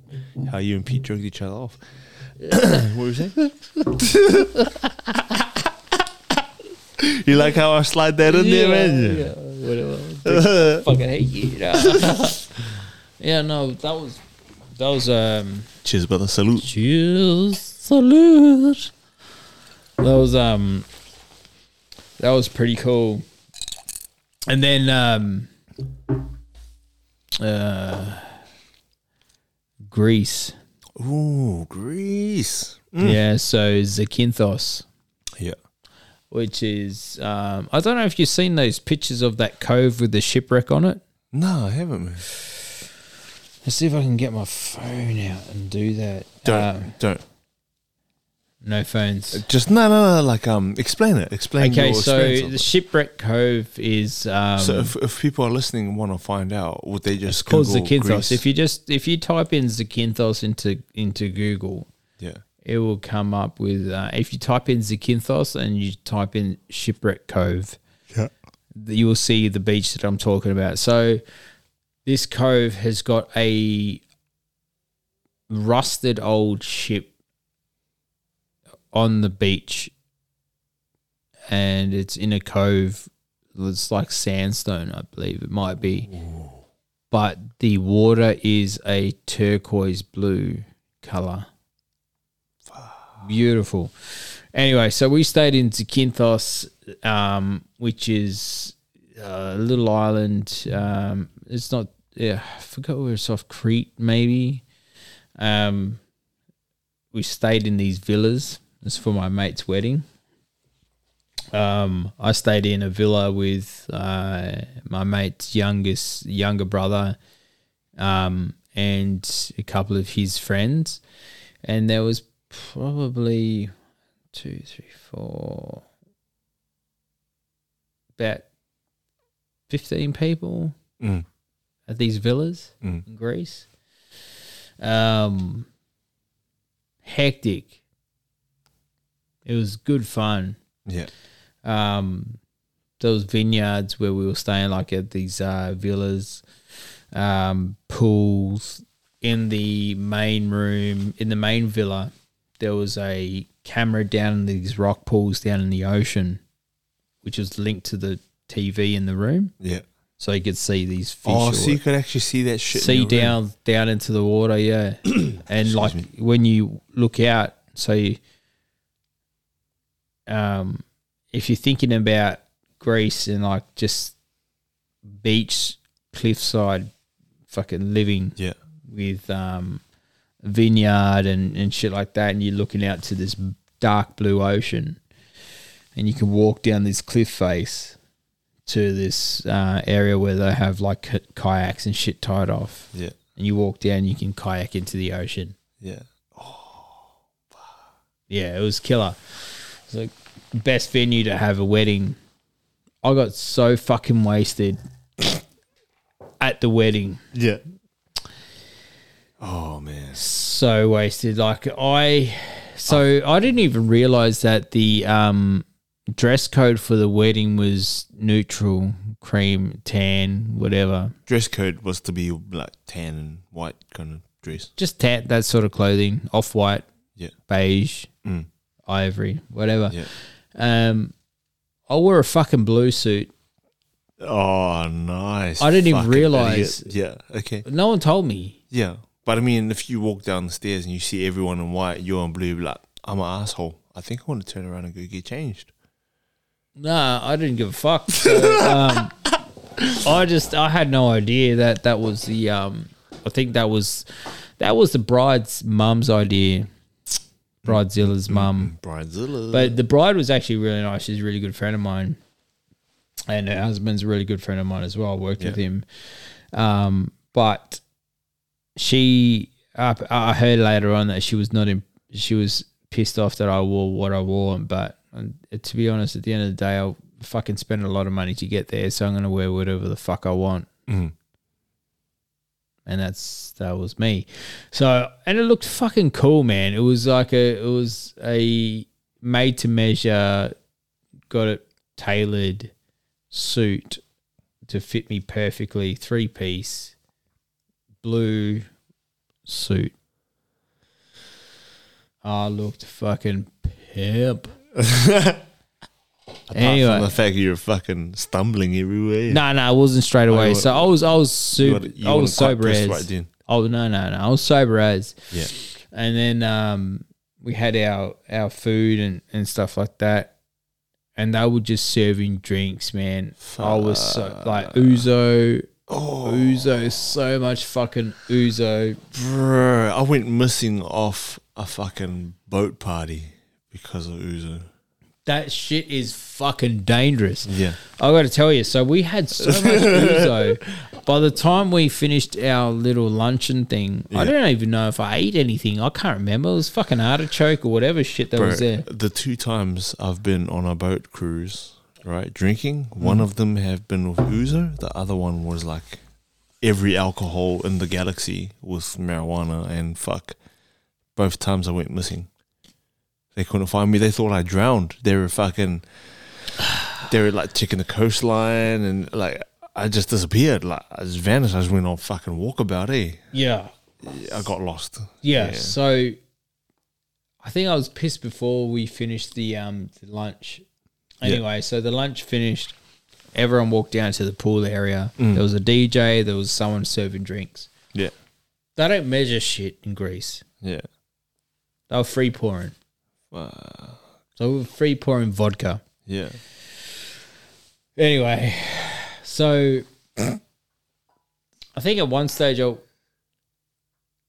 how you and Pete drugged each other off. what were you saying? you like how I slide that in there, man?
yeah, whatever. fucking hate you. yeah, no, that was that was um
Cheers, brother. Salute.
cheers.
Salute.
That was um that was pretty cool. And then um uh Greece.
Ooh, Greece.
Yeah, so Zakynthos.
Yeah.
which is um, I don't know if you've seen those pictures of that cove with the shipwreck on it.
No, I haven't, man.
Let's see if I can get my phone out and do that.
Don't,
Um,
don't.
no phones.
Just no, no, no. Like, um, explain it. Explain.
Okay,
your
so
experience
the
of
shipwreck cove is um,
it. so if, if people are listening and want to find out, would they just
called
Google
Zakynthos.
Greece?
If you just if you type in Zakynthos into into Google,
yeah,
it will come up with uh, if you type in Zakynthos and you type in shipwreck cove,
yeah,
that you will see the beach that I'm talking about. So this cove has got a rusted old ship on the beach and it's in a cove it's like sandstone I believe it might be but the water is a turquoise blue color beautiful anyway so we stayed in Zakynthos um, which is uh, a little island. Um, it's not. Yeah, I forgot where it's off Crete, maybe. Um, we stayed in these villas. It's for my mate's wedding. Um, I stayed in a villa with uh, my mate's youngest younger brother, um, and a couple of his friends, and there was probably two, three, four, about 15 people
Mm.
at these villas
Mm.
in Greece. Um, hectic. It was good fun.
yeah.
Um, those vineyards where we were staying, like at these uh, villas, um, pools in the main room, in the main villa, there was a camera down in these rock pools down in the ocean, which was linked to the TV in the room,
Yeah.
so you could see these fish.
Oh,
or
so you could actually see that shit. in
see
your room.
down down into the water, yeah. and like when you look out, so you, um, if you're thinking about Greece and like just beach, cliffside, fucking living
Yeah.
with um, vineyard and and shit like that, and you're looking out to this dark blue ocean, and you can walk down this cliff face. To this uh, area where they have like k- kayaks and shit tied off
Yeah.
and you walk down, you can kayak into the ocean.
Yeah.
Yeah, it was killer. It's like best venue to have a wedding. I got so fucking wasted at the wedding.
Yeah. Oh man.
So wasted. Like I so I didn't even realize that the um dress code for the wedding was neutral, cream, tan, whatever.
Dress code was to be like tan and white kind of dress.
Just tan that sort of clothing, off white,
Yeah.
beige,
Mm.
ivory, whatever.
Yeah.
Um, I wore a fucking blue suit.
Oh, nice.
I didn't even
Fucking
realise-
idiot. Yeah. Okay.
No one told me.
Yeah. But I mean, if you walk down the stairs and you see everyone in white, you're in blue, you'll be like I'm an asshole. I think I want to turn around and go get changed.
Nah, I didn't give a fuck. So, um, I just I had no idea that that was the um. I think that was that was the bride's mum's idea. Bridezilla's mum.
Bridezilla.
But the bride was actually really nice. She's a really good friend of mine. and her husband's a really good friend of mine as well. I worked with
Yeah.
him, um, but she I, I heard later on that she was not in, she was pissed off that I wore what I wore. But um, to be honest, at the end of the day, I fucking spent a lot of money to get there, so I'm gonna wear whatever the fuck I want.
Mm.
and that's that was me. So and it looked fucking cool, man. It was like a it was a made to measure, got it tailored suit to fit me perfectly, three piece, blue suit. I looked fucking pimp.
Apart
Anyway.
from the fact you're fucking stumbling everywhere.
No, no, it wasn't straight
Oh, you
away.
were-
so I was, I was
You
super,
were- you
I
were
was
quite
sober
pissed
as.
right then.
Oh no, no, no! I was sober as.
Yeah.
and then um, we had our our food and, and stuff like that, and they were just serving drinks, man. I was so like ouzo,
Oh,
ouzo, so much fucking ouzo.
bro. I went missing off a fucking boat party because of Uzo.
That shit is fucking dangerous.
Yeah.
I got to tell you, so we had so much ouzo. By the time we finished our little luncheon thing, I
Yeah.
don't even know if I ate anything. I can't remember. It was fucking artichoke or whatever shit that
Bro,
was there.
the two times I've been on a boat cruise, right, drinking, one
Mm.
of them have been with Uzo, the other one was like every alcohol in the galaxy with marijuana and fuck. Both times I went missing. They couldn't find me. They thought I drowned. They were fucking. They were like checking the coastline and like I just disappeared. Like I just vanished. I just went on fucking walkabout. Eh,
Yeah.
I got lost.
yeah,
Yeah.
So I think I was pissed before we finished the um the lunch. Anyway, so the lunch finished. Everyone walked down to the pool area. There was a DJ. There was someone serving drinks.
Yeah,
They don't measure shit in Greece.
yeah.
They were free pouring.
Uh,
So we were free pouring vodka.
yeah.
Anyway, so I think at one stage I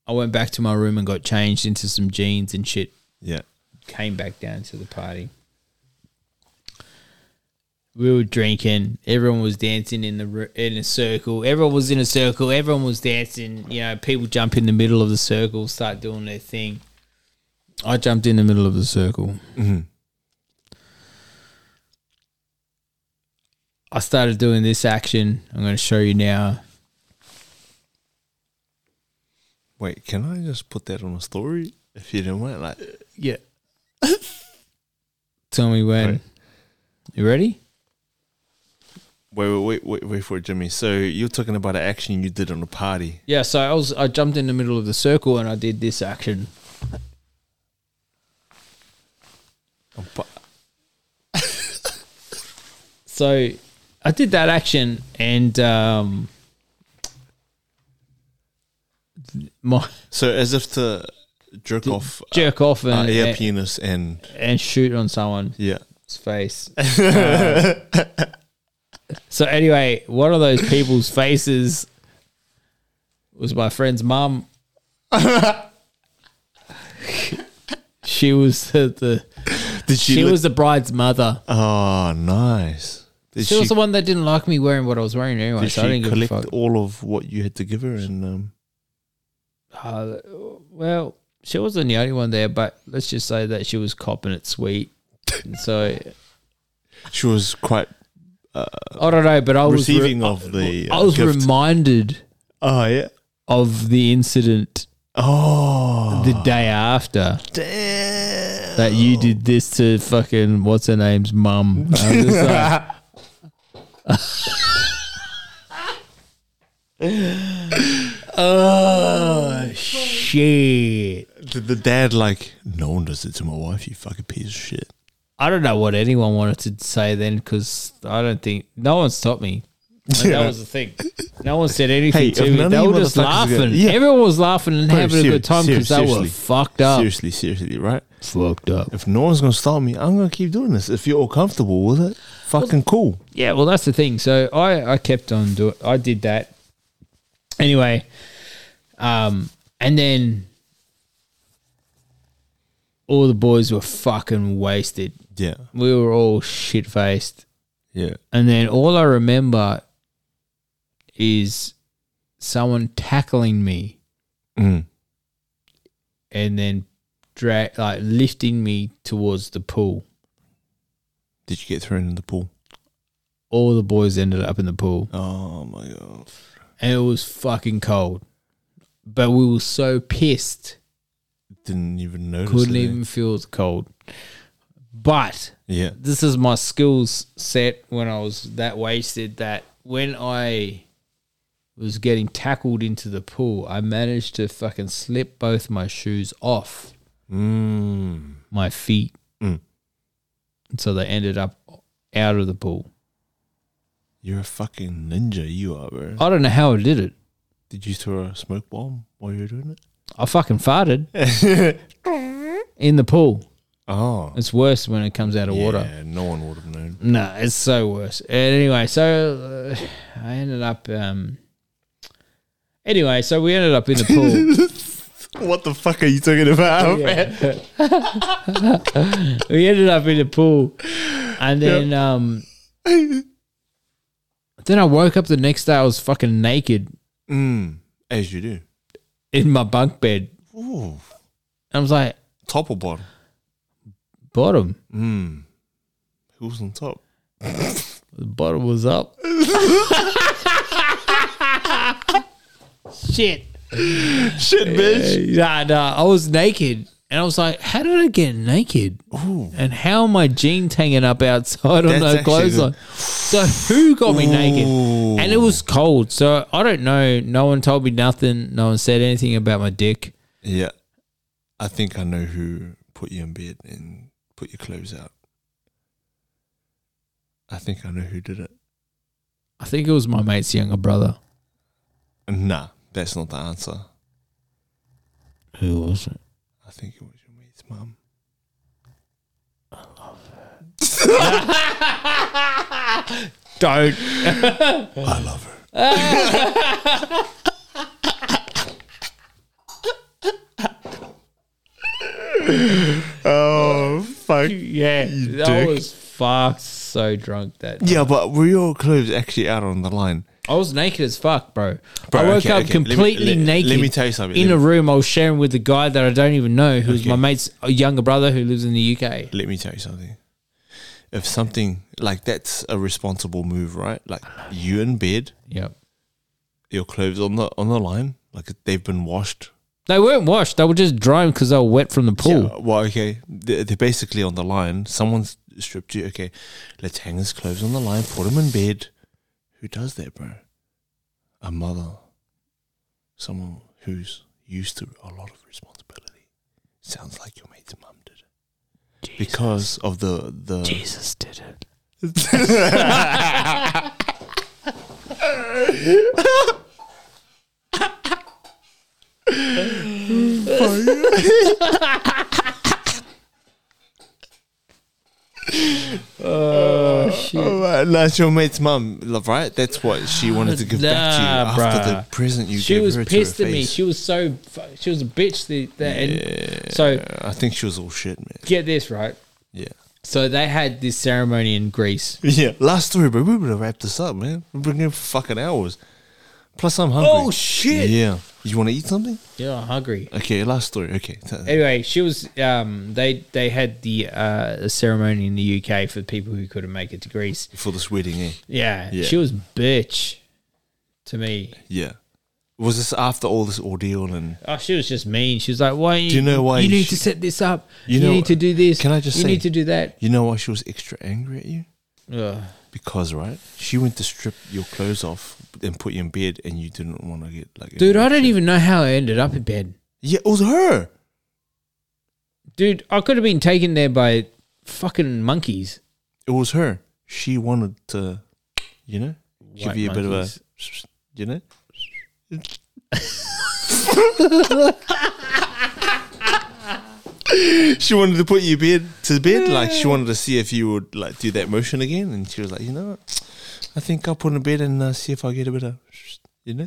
I went back to my room and got changed into some jeans and shit.
Yeah.
came back down to the party. We were drinking. Everyone was dancing in the ru- in a circle. Everyone was in a circle. Everyone was dancing. You know, people jump in the middle of the circle, start doing their thing. I jumped in the middle of the circle. I started doing this action. I'm going to show you now.
Wait, can I just put that on a story if you don't mind? Like,
Yeah. Tell me when.
Right.
You ready?
wait, wait, wait, wait, wait for it, Jimmy. So you're talking about an action you did on a party.
Yeah, so I was I jumped in the middle of the circle and I did this action.
A pa-
So I did that action and um my
So as if to jerk off, uh,
jerk off
uh,
and,
yeah,
and,
penis and
shoot on someone's
yeah,
face. Uh, so anyway, one of those people's faces was my friend's mum. she was the, the
did she?
she,
look-
was the bride's mother.
oh, nice. Did
She,
she,
was the one that didn't like me wearing what I was wearing anyway,
did
so I
she
didn't give a
collect
fuck.
all of what you had to give her? And um,
Uh, well, she wasn't the only one there, but let's just say that she was copping it sweet. And so
she was quite
I don't know, but I was re-
receiving of the. Uh,
I was
gift.
reminded
oh yeah.
of the incident
Oh
the day after
damn.
that you did this to fucking what's her name's mum. I was just like,
Oh,
shit.
Did the dad like? No one does it to my wife. You fucking piece of shit.
I don't know what anyone wanted to say then because I don't think no one stopped me. Like, That
Yeah.
was the thing. No one said anything
Hey,
to
if
me.
none of
They
you
were just
motherfuckers are
laughing.
gonna- Yeah.
Everyone was laughing and
Bro,
having a
serious-
good time
serious-
because they were
seriously.
fucked up.
Seriously, seriously, right?
Fucked up.
If no one's gonna stop me, I'm gonna keep doing this. If you're all comfortable with it, fucking cool.
Yeah, well, that's the thing. So I, I kept on doing. I did that anyway. Um, and then all the boys were fucking wasted.
Yeah,
We were all shit faced.
Yeah.
And then all I remember is someone tackling me
Mm.
and then drag like lifting me towards the pool.
Did you get thrown in the pool?
All the boys ended up in the pool.
Oh my god.
And it was fucking cold. But we were so pissed.
Didn't even notice.
Couldn't
it, eh?
even feel the cold. But
Yeah.
this is my skills set when I was that wasted that when I was getting tackled into the pool, I managed to fucking slip both my shoes off
Mm.
my feet.
Mm.
And so they ended up out of the pool.
You're a fucking ninja, you are, bro.
I don't know how I did it.
Did you throw a smoke bomb while you were doing
I fucking farted
it?
in the pool.
oh.
It's worse when it comes out of water.
Yeah, no one would have known.
No, it's so worse. And Anyway, so uh, I ended up. Um, anyway, so we ended up in the pool.
What the fuck are you talking about,
we ended up in the pool, and then um, then I woke up the next day. I was fucking naked
Mm. As you do.
in my bunk bed.
Ooh.
I was like,
Top or bottom?
bottom.
Mm. Who's on top?
The bottom was up. Shit.
Shit, bitch.
Nah, nah. I was naked. And I was like, how did I get naked? And how am I jeans hanging up outside on
That's
no
actually
clothes
good.
on? So who got me naked? And it was cold. So I don't know. No one told me nothing. No one said anything about my dick.
Yeah. I think I know who put you in bed and put your clothes out. I think I know who did it.
I think it was my mate's younger brother.
Nah, that's not the answer.
Who was it?
I think it was your mate's mum.
Don't. Uh.
I love her. oh fuck.
Yeah.
You
I
dick.
was fucked so drunk that
Yeah, but were your clothes actually out on the line?
I was naked as fuck, bro.
Bro,
I woke
okay, okay. Let
up
me-
completely
let-
naked.
let me tell you something.
In
Let
a room I was sharing with a guy that I don't even know, who's
Okay.
my mate's younger brother who lives in the UK.
Let me tell you something. If something like that's a responsible move, right? Like you in bed,
Yep.
your clothes on the on the line, like they've been washed.
They weren't washed. They were just drying because they were wet from the pool.
Yeah, well, okay, they're, they're basically on the line. Someone's stripped you. Okay, let's hang his clothes on the line, put him in bed. Who does that, bro? A mother, someone who's used to a lot of responsibility. Sounds like your mate's mum did it because of the the.
Jesus did it.
Alright, that's your mate's mum, love, right? That's what she wanted to give back to
Nah,
you after
bruh.
the present you
She
gave
was
her
pissed
to
at
her
me.
face.
She was so. fu- She was a bitch. The, that, and so
Yeah, I think she was all shit, man.
get this right.
Yeah.
So they had this ceremony in Greece.
Yeah. Last story, but we would have wrapped this up, man. We've been here for fucking hours. Plus, I'm hungry.
Oh, shit.
Yeah. You want to eat something?
Yeah, I'm hungry.
Okay, last story. Okay. T-
anyway, she was. Um, they they had the uh, a ceremony in the UK for people who couldn't make it to Greece.
For this wedding, eh?
Yeah,
Yeah.
she was bitch to me.
Yeah. Was this after all this ordeal and.
Oh, she was just mean. She was like, "Why?
Do you know why
you need
she-
to set this up?
You
You,
know-
need to do this.
Can I just
you
say-
need to do that?"
You know why she was extra angry at you?
Ugh.
Because, right? She went to strip your clothes off and put you in bed, and you didn't want to get like.
Dude,
any-
I don't even know how I ended up in bed.
Yeah, it was her.
Dude, I could have been taken there by fucking monkeys.
It was her. She wanted to, you know, give
White
you a bit of a,
monkeys.
you know. she wanted to put you bed to bed, like she wanted to see if you would like do that motion again, and she was like, you know, what? I think I'll put in bed and uh, see if I get a bit of, you know.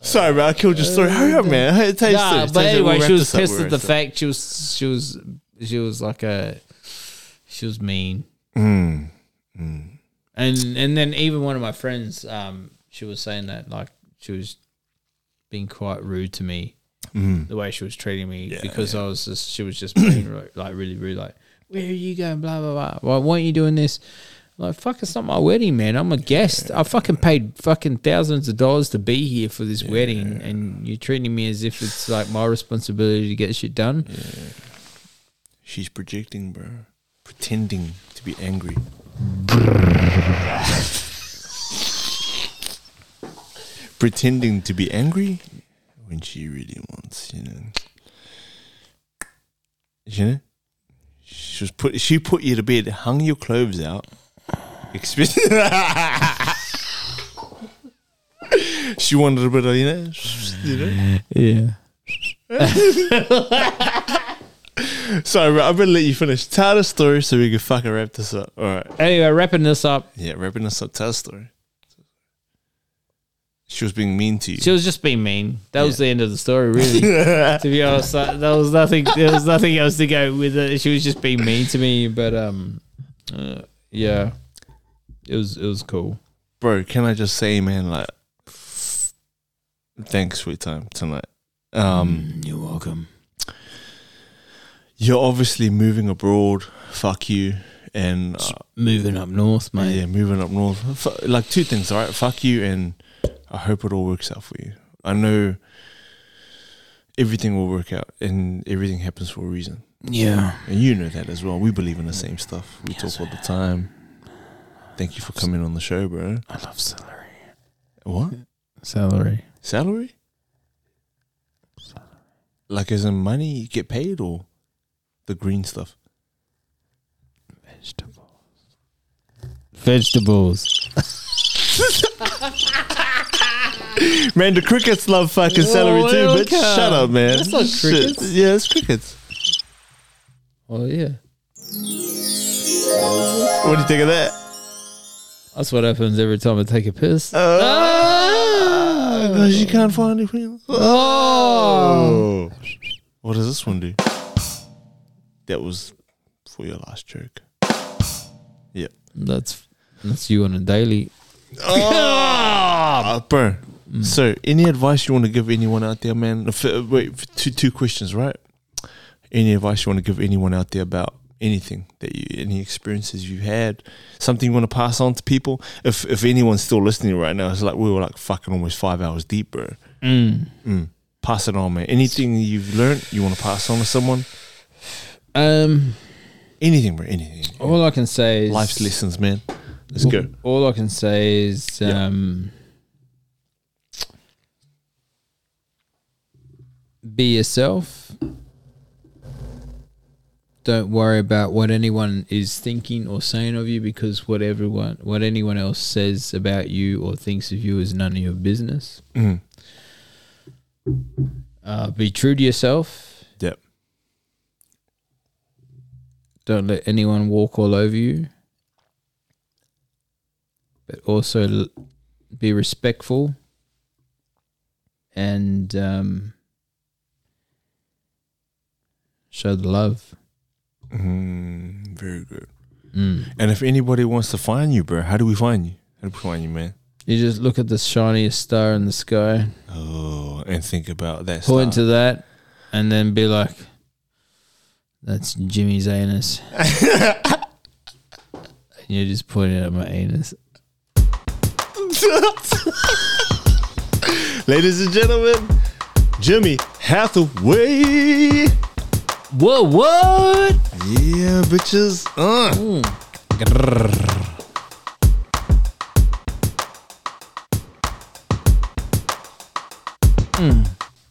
Sorry, man. I killed your story. Hurry up, man. Hey, It takes
Nah,
it.
but
Takes it. We'll
anyway,
wrap
she was
this up.
pissed
We'll
at the
wrap this up.
fact she was she was she was like a she was mean. Hmm. And and then even one of my friends, um, she was saying that like she was being quite rude to me, the way she was treating me because I was just she was just being re- like really rude, like where are you going, blah blah blah. Why, why aren't you doing this? Like fuck, it's not my wedding, man. I'm a guest. I fucking paid fucking thousands of dollars to be here for this wedding, and you're treating me as if it's like my responsibility to get shit done.
She's projecting, bro. Pretending to be angry. Pretending to be angry when she really wants, you know. You know? She was put she put you to bed, hung your clothes out. Expect- she wanted a bit of, you know, you know.
Yeah.
Sorry, bro, I'm gonna let you finish. Tell the story so we can fucking wrap this up. All right.
Anyway, wrapping this up,
Yeah, wrapping us up. Tell the story. She was being mean to you.
she was just being mean. That was the end of the story, really. to be honest, that, that was nothing. There was nothing else to go with it. She was just being mean to me, but um, uh, yeah, it was it was cool.
Bro, can I just say, man, like, thanks for your time tonight. Um,
Mm, You're welcome.
you're obviously moving abroad. Fuck you. And uh,
Moving up north, mate.
yeah, moving up north. Fu- Like two things, all right? Fuck you, and I hope it all works out for you. I know everything will work out, and everything happens for a reason.
Yeah.
And you know that as well. We believe in the same stuff. We talk all the time. Thank you for coming on the show, bro.
I love celery.
What?
Celery.
Salary? Like as in money you get paid or the green stuff?
Vegetables. Vegetables.
Man, the crickets love fucking celery too,
well,
bitch. Shut up, man.
That's not
Shit.
crickets.
Yeah, it's crickets.
Oh yeah.
What do you think of that?
That's what happens every time I take a piss.
Oh, gosh, you can't find it. Oh. What does this one do? That was for your last joke. Yep.
That's that's you on a daily.
Uh, bro. So, any advice you want to give anyone out there, man? If, uh, wait, f- two two questions, right? Any advice you want to give anyone out there about anything that you, any experiences you've had, something you want to pass on to people? If if anyone's still listening right now, it's like we were like fucking almost five hours deep, bro. Mm. Pass it on, man. Anything you've learned you want to pass on to someone?
Um.
Anything, bro. Anything.
All I can say is
Life's lessons, man. Let's go.
All I can say is,
Yeah.
um, be yourself. Don't worry about what anyone is thinking or saying of you because what everyone, what anyone else says about you or thinks of you is none of your business.
Mhm.
Uh, be true to yourself.
Yep.
Don't let anyone walk all over you. But also l- be respectful and um, show the love.
Mm, very good.
Mm.
And if anybody wants to find you, bro, how do we find you? How do we find you, man?
You just look at the shiniest star in the sky,
Oh, and think about that.
point
star.
to that, and then be like, that's Jimmy's anus. and you're just pointing at my anus.
Ladies and gentlemen, Jimmy Hathaway.
Whoa, what?
Yeah, bitches. Uh. Grrr.